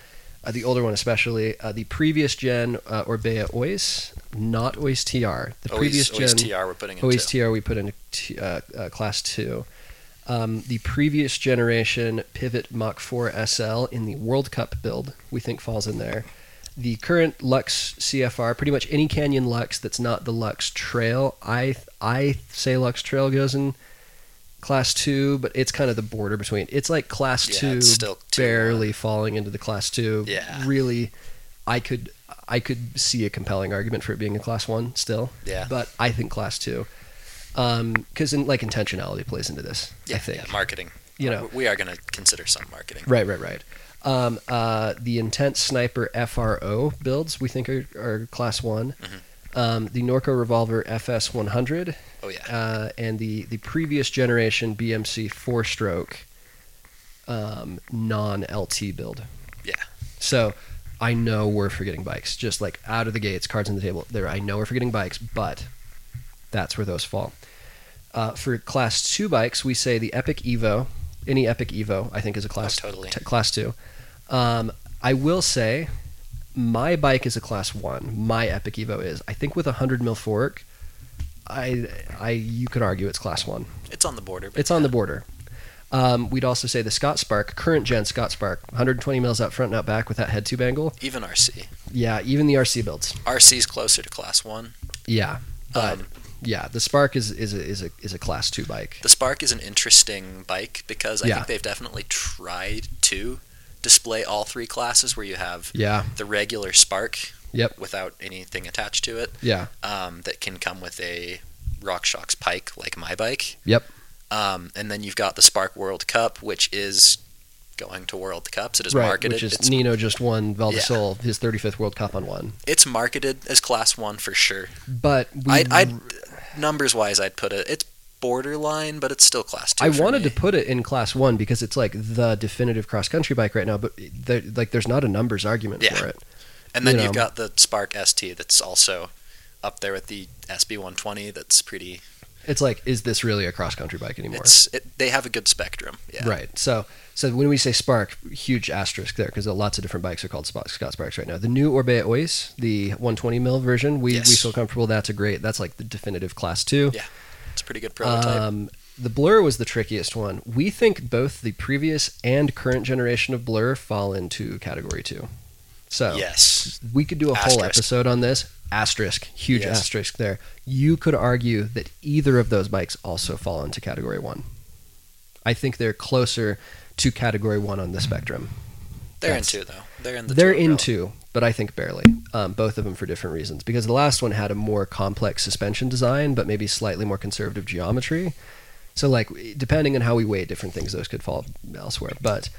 uh, the older one especially. Uh, the previous gen uh, Orbea Ois, not Ois TR. The previous Always, always gen TR we're putting in Ois two. TR we put into t- uh, uh, class two. Um, the previous generation Pivot Mach 4 SL in the World Cup build, we think falls in there. The current Lux CFR, pretty much any Canyon Lux that's not the Lux Trail, I I say Lux Trail goes in class two, but it's kind of the border between. It's like class Yeah, two, it's still two, barely falling into the class two. Yeah. really, I could I could see a compelling argument for it being a class one still. Yeah. but I think class two, because in, like intentionality plays into this. Yeah, I think yeah, marketing. you know. we are going to consider some marketing. Right, right, right. Um, uh, the intense sniper FRO builds we think are, are class one. Um, the Norco Revolver FS 100 Mm-hmm. Oh yeah, uh, and the the previous generation BMC four stroke um, non LT build. Yeah. So I know we're forgetting bikes, just like out of the gates, cards on the table. There, I know we're forgetting bikes, but that's where those fall. Uh, for class two bikes, we say the Epic Evo. Any Epic Evo, I think, is a class Oh, totally. t- class two. Um, I will say, my bike is a class one. My Epic Evo is. I think with a hundred mil fork, I, I, you could argue it's class one. it's on the border. But It's on the border. Um, we'd also say the Scott Spark, current gen Scott Spark, 120 mils out front and out back with that head tube angle. even RC. Yeah, even the RC builds. RC's closer to class one. Yeah, but Um, yeah, the Spark is is a, is a is a class two bike. the Spark is an interesting bike because I Yeah. think they've definitely tried to display all three classes where you have Yeah, the regular Spark. Yep. Without anything attached to it, yeah, um, that can come with a RockShox Pike like my bike. Yep. Um, and then you've got the Spark World Cup, which is going to World Cups. It is right. marketed. Which is it's Nino just won Yeah. Valdesol his 35th World Cup on one, it's marketed as class one for sure. but we. I'd, I'd numbers wise, I'd put it. It's borderline, but it's still class two. I for wanted me. to put it in class one because it's like the definitive cross country bike right now, but there, like there's not a numbers argument Yeah. for it. and then you you have know. got the Spark ST that's also up there with the SB 120. That's pretty. It's like, is this really a cross country bike anymore? It's it, they have a good spectrum. Yeah, Right. So so when we say Spark, huge asterisk there because lots of different bikes are called Spot, Scott Sparks right now. The new Orbea Ois, the 120 mil version, we, we Yes. feel comfortable. That's a great. That's like the definitive class two. Yeah, it's a pretty good prototype. Um, the Blur was the trickiest one. We think both the previous and current generation of Blur fall into category two. So yes, we could do a whole Asterisk. episode on this. Asterisk, huge Yes. asterisk there. You could argue that either of those bikes also fall into category one. I think they're closer to category one Mm-hmm. on the spectrum. They're That's- in two though. They're in the. they're two umbrella. in two, but I think barely. Um, both of them for different reasons. Because the last one had a more complex suspension design, but maybe slightly more conservative geometry. So like depending on how we weight different things, those could fall elsewhere. But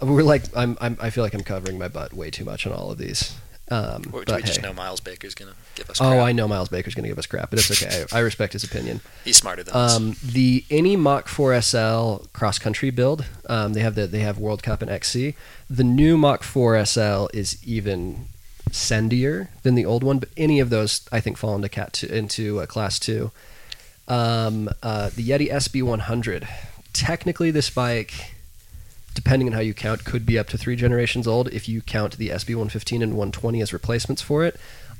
we're like I'm, I'm I feel like I'm covering my butt way too much on all of these. Um, Or do but we just hey. know Miles Baker's gonna give us? Oh, crap? I know Miles Baker's going to give us crap, but it's okay. I, I respect his opinion. He's smarter than us. Um, the any Mach 4 SL cross country build, um, they have the they have World Cup and XC. The new Mach 4 SL is even sendier than the old one, but any of those I think fall into cat two, into uh, class two. Um, uh, the Yeti SB 100. Technically, this bike, depending on how you count, could be up to three generations old if you count the SB 115 and 120 as replacements for it.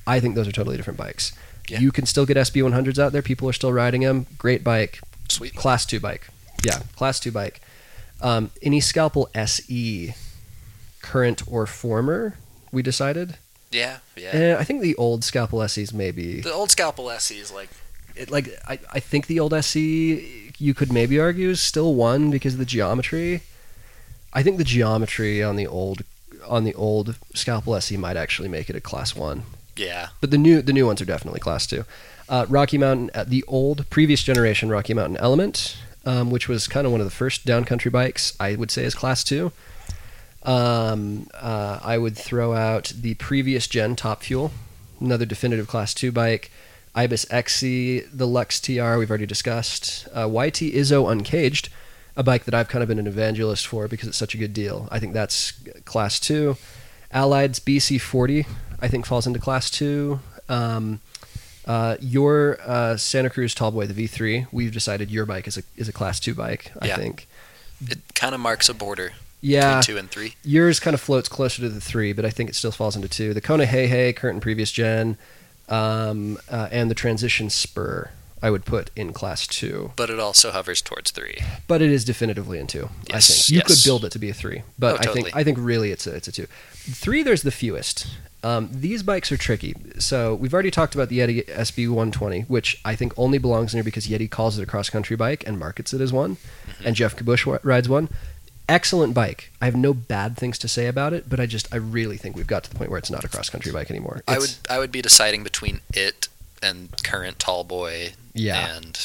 I think those are totally different bikes. Yeah. You can still get SB 100s out there. People are still riding them. Great bike. Sweet. Class 2 bike. Yeah, class 2 bike. Um, any Scalpel SE, current or former, we decided. Yeah, yeah. Eh, I think the old Scalpel SEs maybe. the old scalpel SE is like It, like, I, I think the old SE, you could maybe argue, is still one because of the geometry. I think the geometry on the old on the old Scalpel SE might actually make it a class 1. yeah. But the new the new ones are definitely class two. Uh, Rocky Mountain, uh, the old previous generation Rocky Mountain Element, um, which was kind of one of the first downcountry bikes, I would say is class two. Um, uh, I would throw out the previous gen Top Fuel, another definitive class two bike. Ibis XC, the Lux TR we've already discussed. Uh, YT Izzo Uncaged, a bike that I've kind of been an evangelist for because it's such a good deal. I think that's class two. Allied's BC40, I think falls into class two. Um, uh, your uh, Santa Cruz Tallboy, the V3, we've decided your bike is a is a class two bike. I Yeah. think. It kind of marks a border Yeah, between two and three. yours kind of floats closer to the three, but I think it still falls into two. The Kona Hey Hey, current and previous gen, um, uh, and the Transition Spur, I would put in class two, But it also hovers towards three. but it is definitively in two. I Yes, think you could yes. build it to be a three, but Oh, I totally. think I think really it's a it's a two. Three, there's the fewest. Um, these bikes are tricky. So we've already talked about the Yeti SB 120, which I think only belongs in here because Yeti calls it a cross country bike and markets it as one, Mm-hmm. and Jeff Kabush w- rides one. Excellent bike. I have no bad things to say about it, but I just I really think we've got to the point where it's not a cross country bike anymore. I would It's- I would be deciding between it and current tall boy yeah. and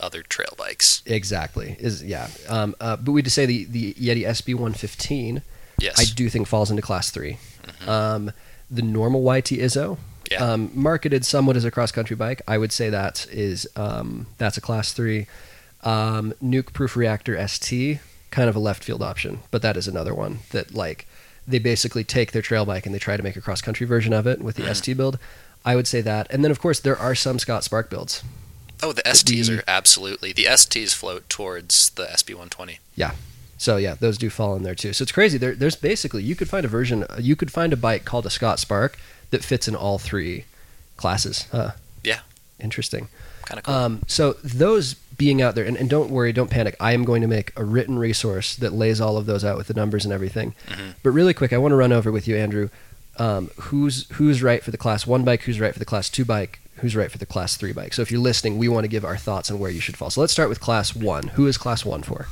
other trail bikes. Exactly is yeah, um, uh, but we just say the the Yeti SB 115 Yes. Mm-hmm. I do think falls into class 3 Um, the normal YT Izzo, Yeah. um, marketed somewhat as a cross country bike, I would say that is um, that's a class three. Um, Nuke Proof Reactor ST, kind of a left field option, but that is another one that like they basically take their trail bike and they try to make a cross country version of it Mm-hmm. with the ST build. I would say that, and then of course there are some Scott Spark builds. oh, the STs the- are absolutely the STs float towards the SB 120. So yeah, those do fall in there too. So it's crazy. There, there's basically you could find a version, you could find a bike called a Scott Spark that fits in all three classes. Huh. Yeah. Interesting. Kind of cool. Um, so those being out there, and, and don't worry, don't panic. I am going to make a written resource that lays all of those out with the numbers and everything. Mhm. But really quick, I want to run over with you, Andrew. Um, who's who's right for the class one bike? Who's right for the class two bike? Who's right for the class three bike? So if you're listening, we want to give our thoughts on where you should fall. So let's start with class one. Who is class one for?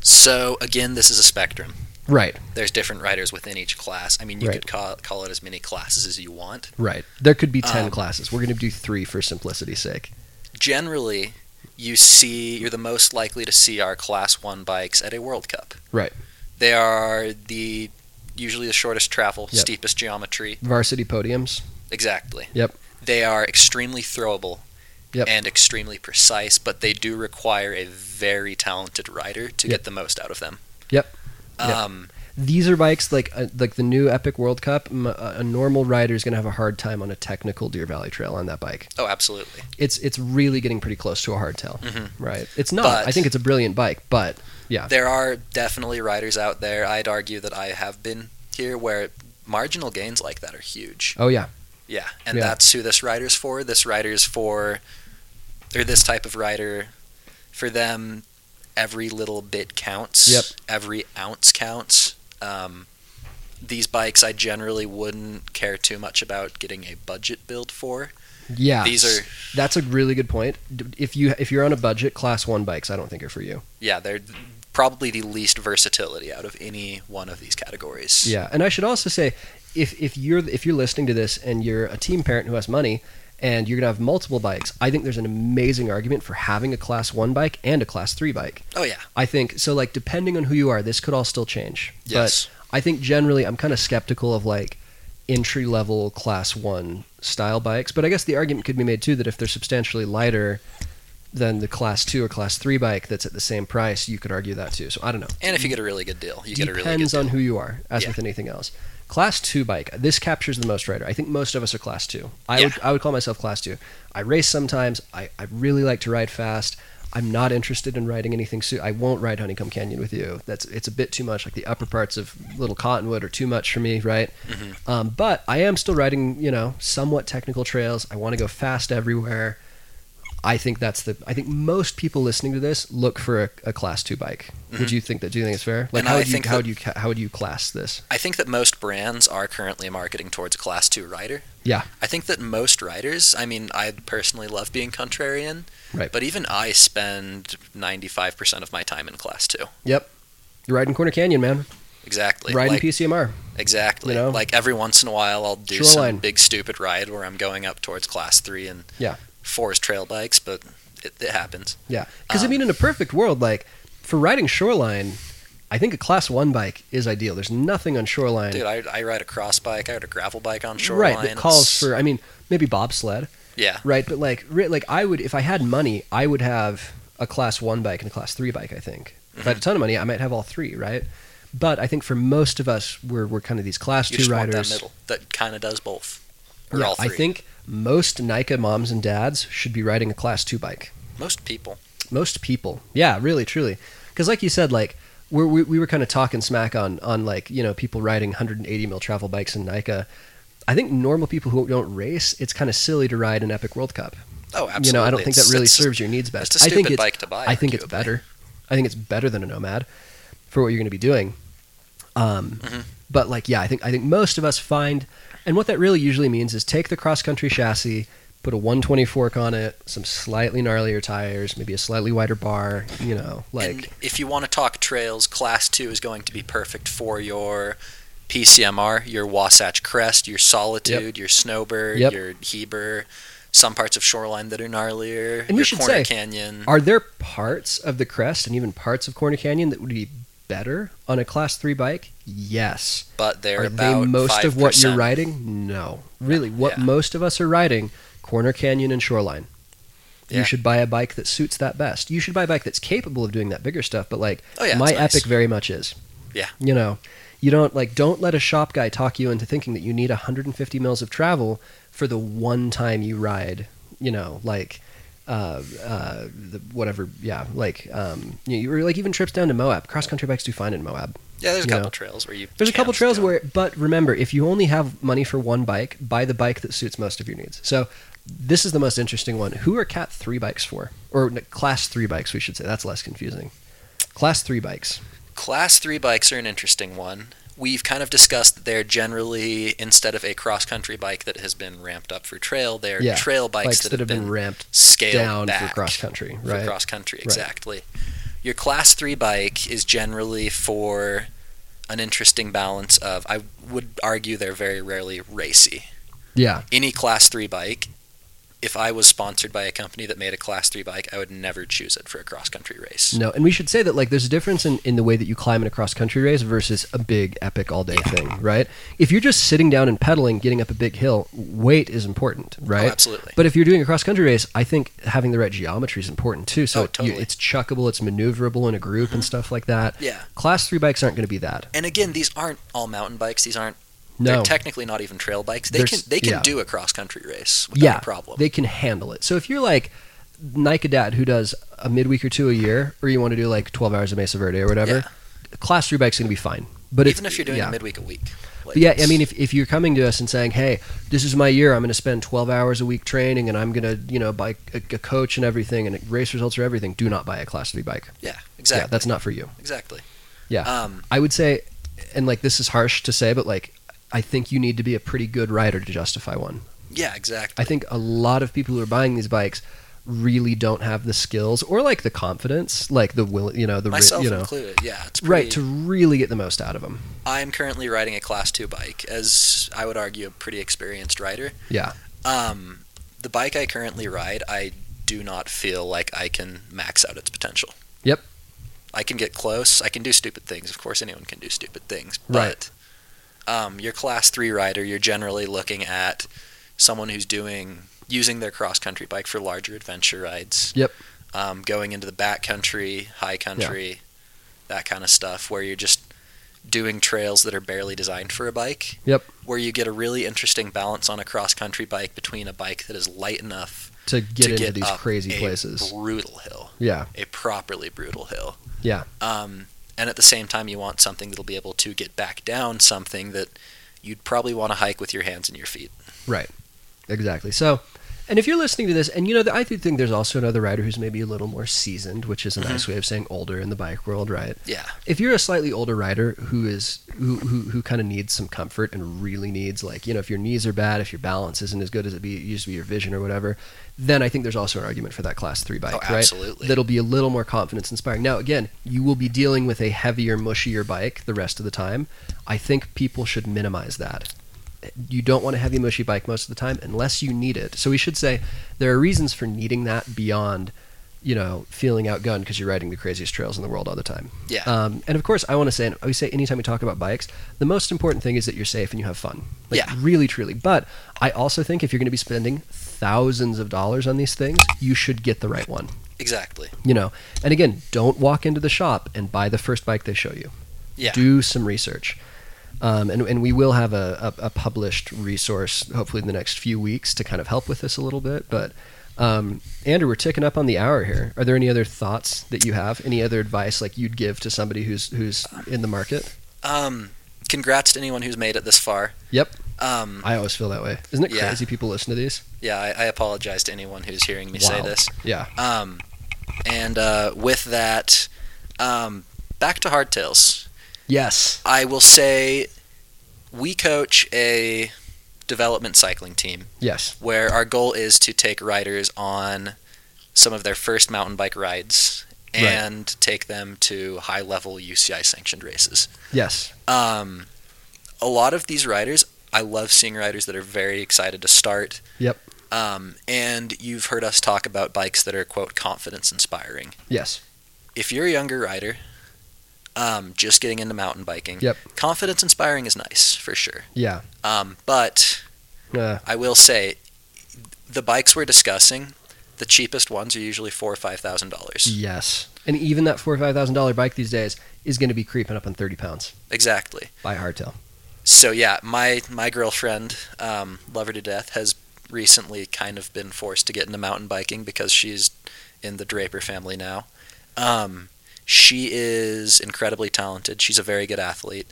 so again, this is a spectrum. Right, There's different riders within each class. I mean, you Right. could call call it as many classes as you want. right. There could be ten Um, classes. We're going to do three for simplicity's sake. generally you see you're the most likely to see our class 1 bikes at a world cup Right. they are the usually the shortest travel Yep. steepest geometry Varsity podiums. exactly Yep. they are extremely throwable Yep. and extremely precise but they do require a very talented rider to Yep. get the most out of them Yep. Yep. um these are bikes like uh, like the new Epic World Cup. m- uh, A a normal rider is going to have a hard time on a technical Deer Valley trail on that bike. oh absolutely It's it's really getting pretty close to a hardtail, Mhm. right? It's not. But- I think it's a brilliant bike, but there are definitely riders out there i'd argue that i have been here where marginal gains like that are huge oh yeah, Yeah, and Yeah. that's who this rider's for. This rider's for, or this type of rider, for them, every little bit counts. Yep. Every ounce counts. Um, these bikes I generally wouldn't care too much about getting a budget build for. yeah. These are, that's a really good point. D- If you if you're on a budget, class one bikes, I don't think are for you. yeah, they're probably the least versatility out of any one of these categories. Yeah, and I should also say, if if you're if you're listening to this and you're a team parent who has money and you're gonna have multiple bikes, I think there's an amazing argument for having a class one bike and a class three bike. Oh yeah. I think so. Like depending on who you are, this could all still change. Yes. But I think generally, I'm kind of skeptical of like entry level class one style bikes. But I guess the argument could be made too that if they're substantially lighter than the class two or class three bike that's at the same price, you could argue that too. So I don't know. and if you get a really good deal, you get a Depends really good deal. on who you are, as Yeah. with anything else. Class two bike. This captures the most rider. I think most of us are class two. I would I would call myself class two. I race sometimes. I, I really like to ride fast. I'm not interested in riding anything soon. I won't ride Honeycomb Canyon with you. That's it's a bit too much. Like the upper parts of Little Cottonwood are too much for me, right? Um, but I am still riding, you know, somewhat technical trails. I want to go fast everywhere. I think that's the. I think most people listening to this look for a, a class two bike. Would you think that? Do you think it's fair? Like Mm-hmm. And how I would you think how that- do you ca- how would you class this? I think that most brands are currently marketing towards a class two rider. Yeah. I think that most riders, I mean, I personally love being contrarian, Right. but even I spend 95% of my time in class two. You're riding Corner Canyon, man. Exactly. Riding like, PCMR. Exactly. you know? Like every once in a while, I'll do Shoreline. some big stupid ride where I'm going up towards class three and Yeah. fours trail bikes, but it, it happens. Yeah. Because I Um, mean, in a perfect world, like for riding shoreline, I think a class one bike is ideal. There's nothing on shoreline. Dude, I, I ride a cross bike, I ride a gravel bike on shoreline. Right, that calls It's- for. I mean, maybe bobsled, Yeah. right? But like, re- like I would, if I had money, I would have a class one bike and a class three bike. I think if I Mm-hmm. had a ton of money, I might have all three, right? But I think for most of us, we're we're kind of these class You two just riders. want that middle that kind of does both. Or Yeah, all three. I think most Nika moms and dads should be riding a class two bike. most people. Most people, yeah, really, truly, because like you said, like we're, we we were kind of talking smack on on like you know people riding 180 mil travel bikes in Nika. I think normal people who don't race, it's kind of silly to ride an Epic World Cup. Oh, absolutely. You know, I don't think It's- that really it's- serves your needs best. It's a stupid I think it's, bike to buy. I think it's arguably. better. I think it's better than a Nomad for what you're going to be doing. Um, Mhm. But like, yeah, I think I think most of us find, and what that really usually means is take the cross country chassis, put a 120 fork on it, some slightly gnarlier tires, maybe a slightly wider bar. You know, like and if you want to talk trails, Class Two is going to be perfect for your PCMR, your Wasatch Crest, your Solitude, your Snowbird, Yep. your Heber, some parts of Shoreline that are gnarlier, And we your should say- Corner Canyon. are there parts of the crest and even parts of Corner Canyon that would be better on a class three bike? Yes. But they're Are they about most of what you're 5%. riding? No. Really, what Yeah. most of us are riding, Corner Canyon and Shoreline. Yeah. You should buy a bike that suits that best. You should buy a bike that's capable of doing that bigger stuff, but like Oh, yeah, it's my nice. Epic very much is. Yeah. You know, you don't like don't let a shop guy talk you into thinking that you need 150 mils of travel for the one time you ride, you know, like uh, uh, the, whatever, yeah, like um, you, you were like even trips down to Moab. Cross country bikes do fine in Moab. Yeah, there's a you couple know. trails where you. There's a couple can't trails go. where, but remember, if you only have money for one bike, buy the bike that suits most of your needs. So, this is the most interesting one. Who are Cat 3 bikes for? Or no, Class 3 bikes, we should say. That's less confusing. Class 3 bikes. Class three bikes are an interesting one. We've kind of discussed that they're generally instead of a cross country bike that has been ramped up for trail, they're Yeah, trail bikes, that, have been, ramped scaled down back for cross country, for right? cross country Right. exactly. Your class three bike is generally for an interesting balance of I would argue they're very rarely racy. yeah, Any class three bike, if I was sponsored by a company that made a class three bike, I would never choose it for a cross country race. no. And we should say that, like, there's a difference in, in the way that you climb in a cross country race versus a big, epic all day thing, right? If you're just sitting down and pedaling, getting up a big hill, weight is important, Oh, right? absolutely. But if you're doing a cross country race, I think having the right geometry is important too. So Oh, totally. Mm-hmm. you, it's chuckable, it's maneuverable in a group and stuff like that. Yeah. Class three bikes aren't going to be that. And again, these aren't all mountain bikes. These aren't No. They're technically not even trail bikes. They There's- can they can yeah. do a cross country race without yeah. a problem. They can handle it. So if you're like Nike Dad who does a midweek or two a year, or you want to do like 12 hours of Mesa Verde or whatever, class three bike's going to be fine. But even if you're doing yeah. a midweek a week. Like But yeah, I it's- mean, if, if you're coming to us and saying, "Hey, this is my year. I'm going to spend 12 hours a week training, and I'm going to, you know, buy a, a coach and everything, and race results are everything," do not buy a class three bike. yeah, Yeah, exactly, that's not for you. exactly. Yeah. Um, I would say, and like this is harsh to say, but like I think you need to be a pretty good rider to justify one. yeah, exactly. I think a lot of people who are buying these bikes really don't have the skills or like the confidence, like the will, you know, the ri- myself you know, included. Yeah, it's pretty, right to really get the most out of them. I'm currently riding a class two bike, as I would argue a pretty experienced rider. Yeah. Um, the bike I currently ride, I do not feel like I can max out its potential. Yep. I can get close. I can do stupid things. Of course, anyone can do stupid things. Right. But um, your class three rider, you're generally looking at someone who's doing using their cross country bike for larger adventure rides. Yep. Um, going into the back country, high country, that kind of stuff, where you're just doing trails that are barely designed for a bike. Yep. Where you get a really interesting balance on a cross country bike between a bike that is light enough To get to into get these up crazy a places. brutal hill Yeah. a properly brutal hill. Yeah. Um, and at the same time, you want something that'll be able to get back down something that you'd probably want to hike with your hands and your feet. Exactly. So, and if you're listening to this, and you know, I do think there's also another rider who's maybe a little more seasoned, which is a nice way of saying older in the bike world, right? Mm-hmm. Yeah. If you're a slightly older rider who is who who, who kind of needs some comfort and really needs like you know if your knees are bad, if your balance isn't as good as it be, used to be, your vision or whatever, then I think there's also an argument for that class three bike, Oh, right? absolutely. That'll be a little more confidence inspiring. Now, again, you will be dealing with a heavier, mushier bike the rest of the time. I think people should minimize that you don't want a heavy mushy bike most of the time unless you need it. So we should say there are reasons for needing that beyond, you know, feeling outgunned because you're riding the craziest trails in the world all the time. Yeah. Um, and of course, I want to say, and we say anytime we talk about bikes, the most important thing is that you're safe and you have fun. Like, Yeah. Really, truly. But I also think if you're going to be spending thousands of dollars on these things, you should get the right one. exactly. You know, and again, don't walk into the shop and buy the first bike they show you Yeah. do some research. Um, and, and we will have a, a, a published resource hopefully in the next few weeks to kind of help with this a little bit. But um, Andrew, we're ticking up on the hour here. Are there any other thoughts that you have? Any other advice like you'd give to somebody who's who's in the market? Um, congrats to anyone who's made it this far. Yep. Um, I always feel that way. Isn't it Yeah. crazy people listen to these? yeah, I, I apologize to anyone who's hearing me say Wow. this. Yeah. Um, and uh, with that, um, back to hardtails. Yes. I will say we coach a development cycling team. Yes. where our goal is to take riders on some of their first mountain bike rides Right. and take them to high level UCI sanctioned races. Yes. Um, a lot of these riders, I love seeing riders that are very excited to start. Yep. Um, and you've heard us talk about bikes that are, quote, confidence inspiring. Yes. If you're a younger rider, um, just getting into mountain biking, Yep. confidence inspiring is nice for sure. Yeah. Um, but Uh, I will say, the bikes we're discussing, the cheapest ones are usually four or five thousand dollars. yes. And even that four or five thousand dollar bike these days is going to be creeping up on thirty pounds Exactly. by hardtail. So yeah, my my girlfriend, um, love her to death, has recently kind of been forced to get into mountain biking because she's in the Draper family now. Um, she is incredibly talented. She's a very good athlete,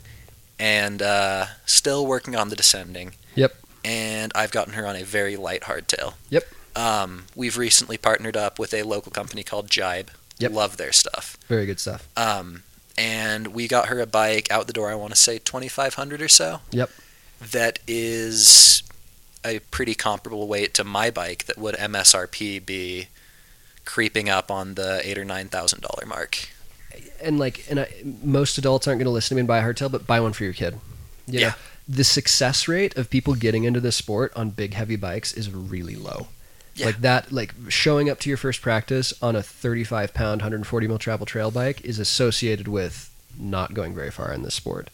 and uh, still working on the descending. Yep. And I've gotten her on a very light hardtail. Yep. Um, we've recently partnered up with a local company called Jibe. Yep. Love their stuff. Very good stuff. Um, and we got her a bike out the door. I want to say twenty five hundred or so. Yep. That is a pretty comparable weight to my bike. That would MSRP be creeping up on the eight or nine thousand dollar mark. and like and I, most adults aren't going to listen to me and buy a hardtail, but buy one for your kid. You know, Yeah. the success rate of people getting into this sport on big heavy bikes is really low. Yeah. Like that, like showing up to your first practice on a 35 pound, 140 mil travel trail bike is associated with not going very far in this sport.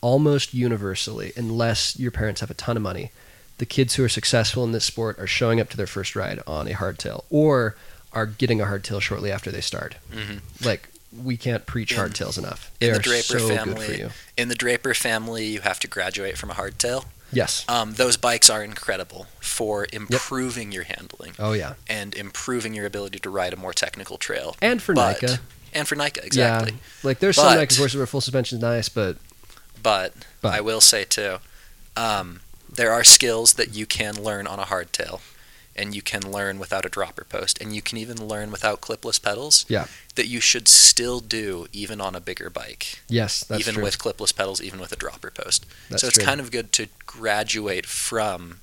Almost universally, unless your parents have a ton of money, the kids who are successful in this sport are showing up to their first ride on a hardtail or are getting a hardtail shortly after they start hmm like we can't preach In- hardtails enough. in They the are Draper so good family. for you. In the Draper family, you have to graduate from a hardtail. Yes. Um, those bikes are incredible for improving your handling. Oh yeah. and improving your ability to ride a more technical trail. And for But- Nika, And for Nika, exactly. yeah. Like there's some But- Nike courses where full suspension is nice, but But, But. I will say too, um, there are skills that you can learn on a hardtail, and you can learn without a dropper post, and you can even learn without clipless pedals. Yeah. That you should still do even on a bigger bike, yes, that's even true. with clipless pedals, even with a dropper post. that's so it's true. kind of good to graduate from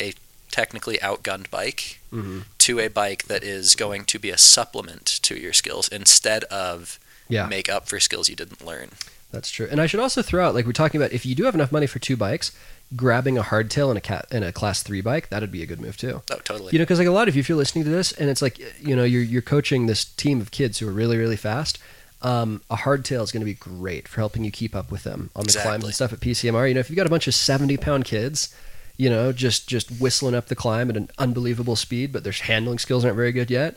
a technically outgunned bike Mm-hmm. to a bike that is going to be a supplement to your skills instead of Yeah. make up for skills you didn't learn. That's true. And I should also throw out, like we're talking about, if you do have enough money for two bikes, grabbing a hardtail and a cat and a class three bike, that'd be a good move too. Oh, totally. You know, because like a lot of you, if you're listening to this, and it's like you know, you're you're coaching this team of kids who are really really fast. Um, a hardtail is going to be great for helping you keep up with them on the climb Exactly. and stuff at PCMR. You know, if you've got a bunch of seventy pound kids, you know, just just whistling up the climb at an unbelievable speed, but their handling skills aren't very good yet,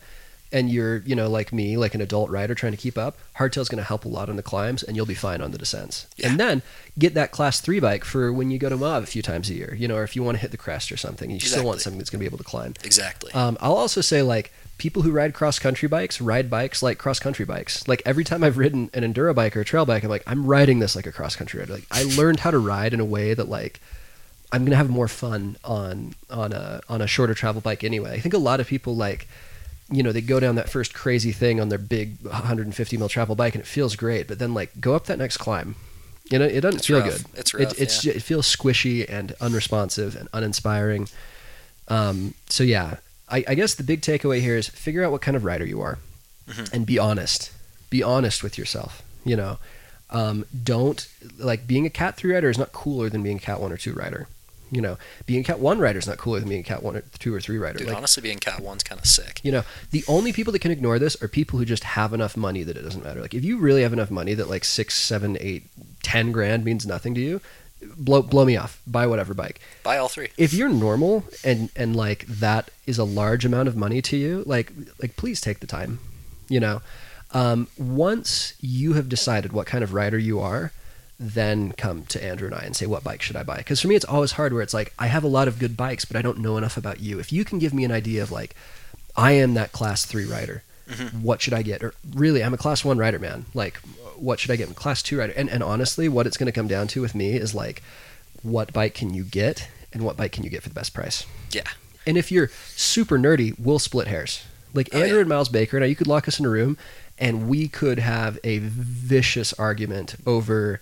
and you're you know like me, like an adult rider trying to keep up, hardtail's going to help a lot on the climbs, and you'll be fine on the descents. And then get that class three bike for when you go to Mob a few times a year, you know, or if you want to hit the crest or something, you still want Exactly. something that's going to be able to climb. Exactly. Um, I'll also say like people who ride cross country bikes ride bikes like cross country bikes. Like every time I've ridden an enduro bike or a trail bike, I'm like I'm riding this like a cross country rider. [LAUGHS] Like I learned how to ride in a way that like I'm gonna have more fun on on a on a shorter travel bike anyway. I think a lot of people like you know they go down that first crazy thing on their big 150 mil travel bike and it feels great, but then like go up that next climb. You know, it doesn't It's feel rough. good. It's It- rough, it's ju- it feels squishy and unresponsive and uninspiring. Um, so yeah, I, I guess the big takeaway here is figure out what kind of rider you are, Mhm. and be honest. Be honest with yourself. You know, um, don't like being a cat three rider is not cooler than being a cat one or two rider. You know, being a cat one rider is not cooler than being a cat one or two or three rider. Dude, Like, honestly, being Cat 1's kind of sick. you know, the only people that can ignore this are people who just have enough money that it doesn't matter. Like, if you really have enough money that like six, seven, eight, ten grand means nothing to you, blow blow me off. Buy whatever bike Buy all three. if you're normal and and like that is a large amount of money to you like like please take the time you know um, once you have decided what kind of rider you are then come to andrew and i and say what bike should i buy because for me it's always hard where it's like i have a lot of good bikes but i don't know enough about you if you can give me an idea of like i am that class three rider Mm-hmm. what should i get or really i'm a class one rider man like what should i get I'm a class two rider and, and honestly what it's going to come down to with me is like what bike can you get and what bike can you get for the best price. Yeah. And if you're super nerdy, we'll split hairs. Like Oh, Andrew yeah. and Miles Baker, now you could lock us in a room and we could have a vicious argument over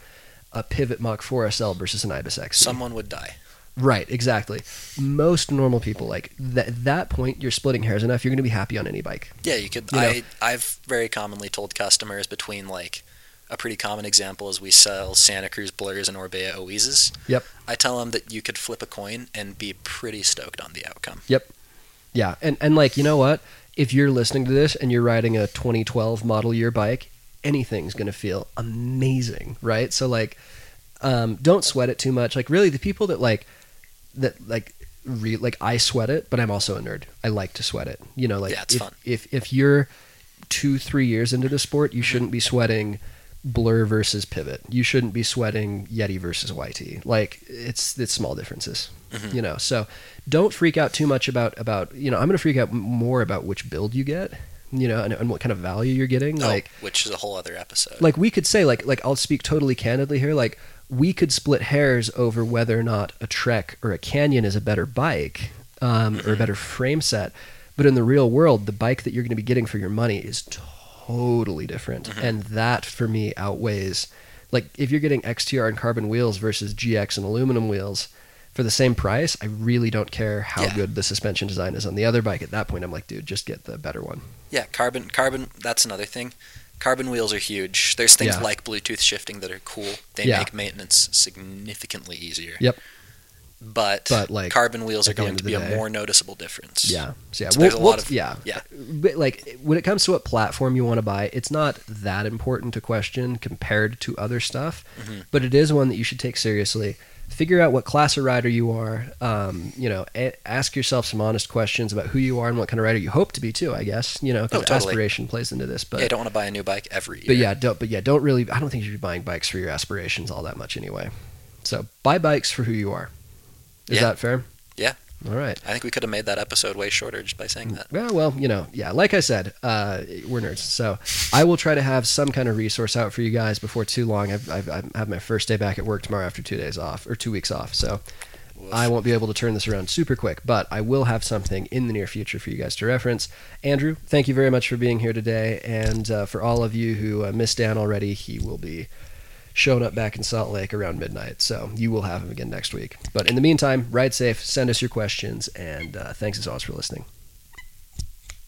a pivot Mach 4SL versus an Ibis X. Someone would die. Right, exactly. Most normal people, like th- at that point, you're splitting hairs enough, you're going to be happy on any bike. Yeah, you could. You know. I I've very commonly told customers between like a pretty common example is we sell Santa Cruz Blurs and Orbea Oases. Yep. I tell them that you could flip a coin and be pretty stoked on the outcome. Yeah, and and like you know what, if you're listening to this and you're riding a 2012 model year bike, anything's gonna feel amazing, right? So like, um, don't sweat it too much. Like really, the people that like that like re- like I sweat it, but I'm also a nerd. I like to sweat it. You know, like Yeah, it's if, fun. if if you're two three years into the sport, you Mm-hmm. shouldn't be sweating blur versus pivot. You shouldn't be sweating Yeti versus YT. Like it's it's small differences. You know, so don't freak out too much about about you know. I'm going to freak out m- more about which build you get, you know, and, and what kind of value you're getting. Oh, Like which is a whole other episode. like we could say like like I'll speak totally candidly here. Like we could split hairs over whether or not a Trek or a Canyon is a better bike um, or a better frame set, but in the real world, the bike that you're going to be getting for your money is totally different, and that for me outweighs like if you're getting XTR and carbon wheels versus GX and aluminum wheels. For the same price, I really don't care how Yeah. good the suspension design is on the other bike. At that point, I'm like, dude, just get the better one. yeah, carbon carbon. That's another thing. Carbon wheels are huge. There's things Yeah. like Bluetooth shifting that are cool. They Yeah. make maintenance significantly easier. Yep. But, But, like, carbon wheels at are the going end to of be the day- a more noticeable difference. Yeah. So yeah, So we'll- there's a we'll- lot of- yeah. yeah. But like when it comes to what platform you want to buy, it's not that important to question compared to other stuff, but it is one that you should take seriously. Figure out what class of rider you are. Um, you know, a- ask yourself some honest questions about who you are and what kind of rider you hope to be too. I guess you know 'cause Oh, totally. aspiration plays into this, but yeah, I don't want to buy a new bike every year. but yeah, don't but yeah, don't really. I don't think you should be buying bikes for your aspirations all that much anyway. So buy bikes for who you are. Is Yeah. that fair? Yeah. All right. I think we could have made that episode way shorter just by saying that. Yeah, well, you know, yeah, like I said, uh, we're nerds. So I will try to have some kind of resource out for you guys before too long. I've, I've, I have my first day back at work tomorrow after two days off or two weeks off. So Woof. I won't be able to turn this around super quick, but I will have something in the near future for you guys to reference. Andrew, thank you very much for being here today. And uh, for all of you who uh, missed Dan already, he will be showing up back in Salt Lake around midnight. So you will have him again next week. But in the meantime, ride safe, send us your questions, and uh, thanks as always for listening.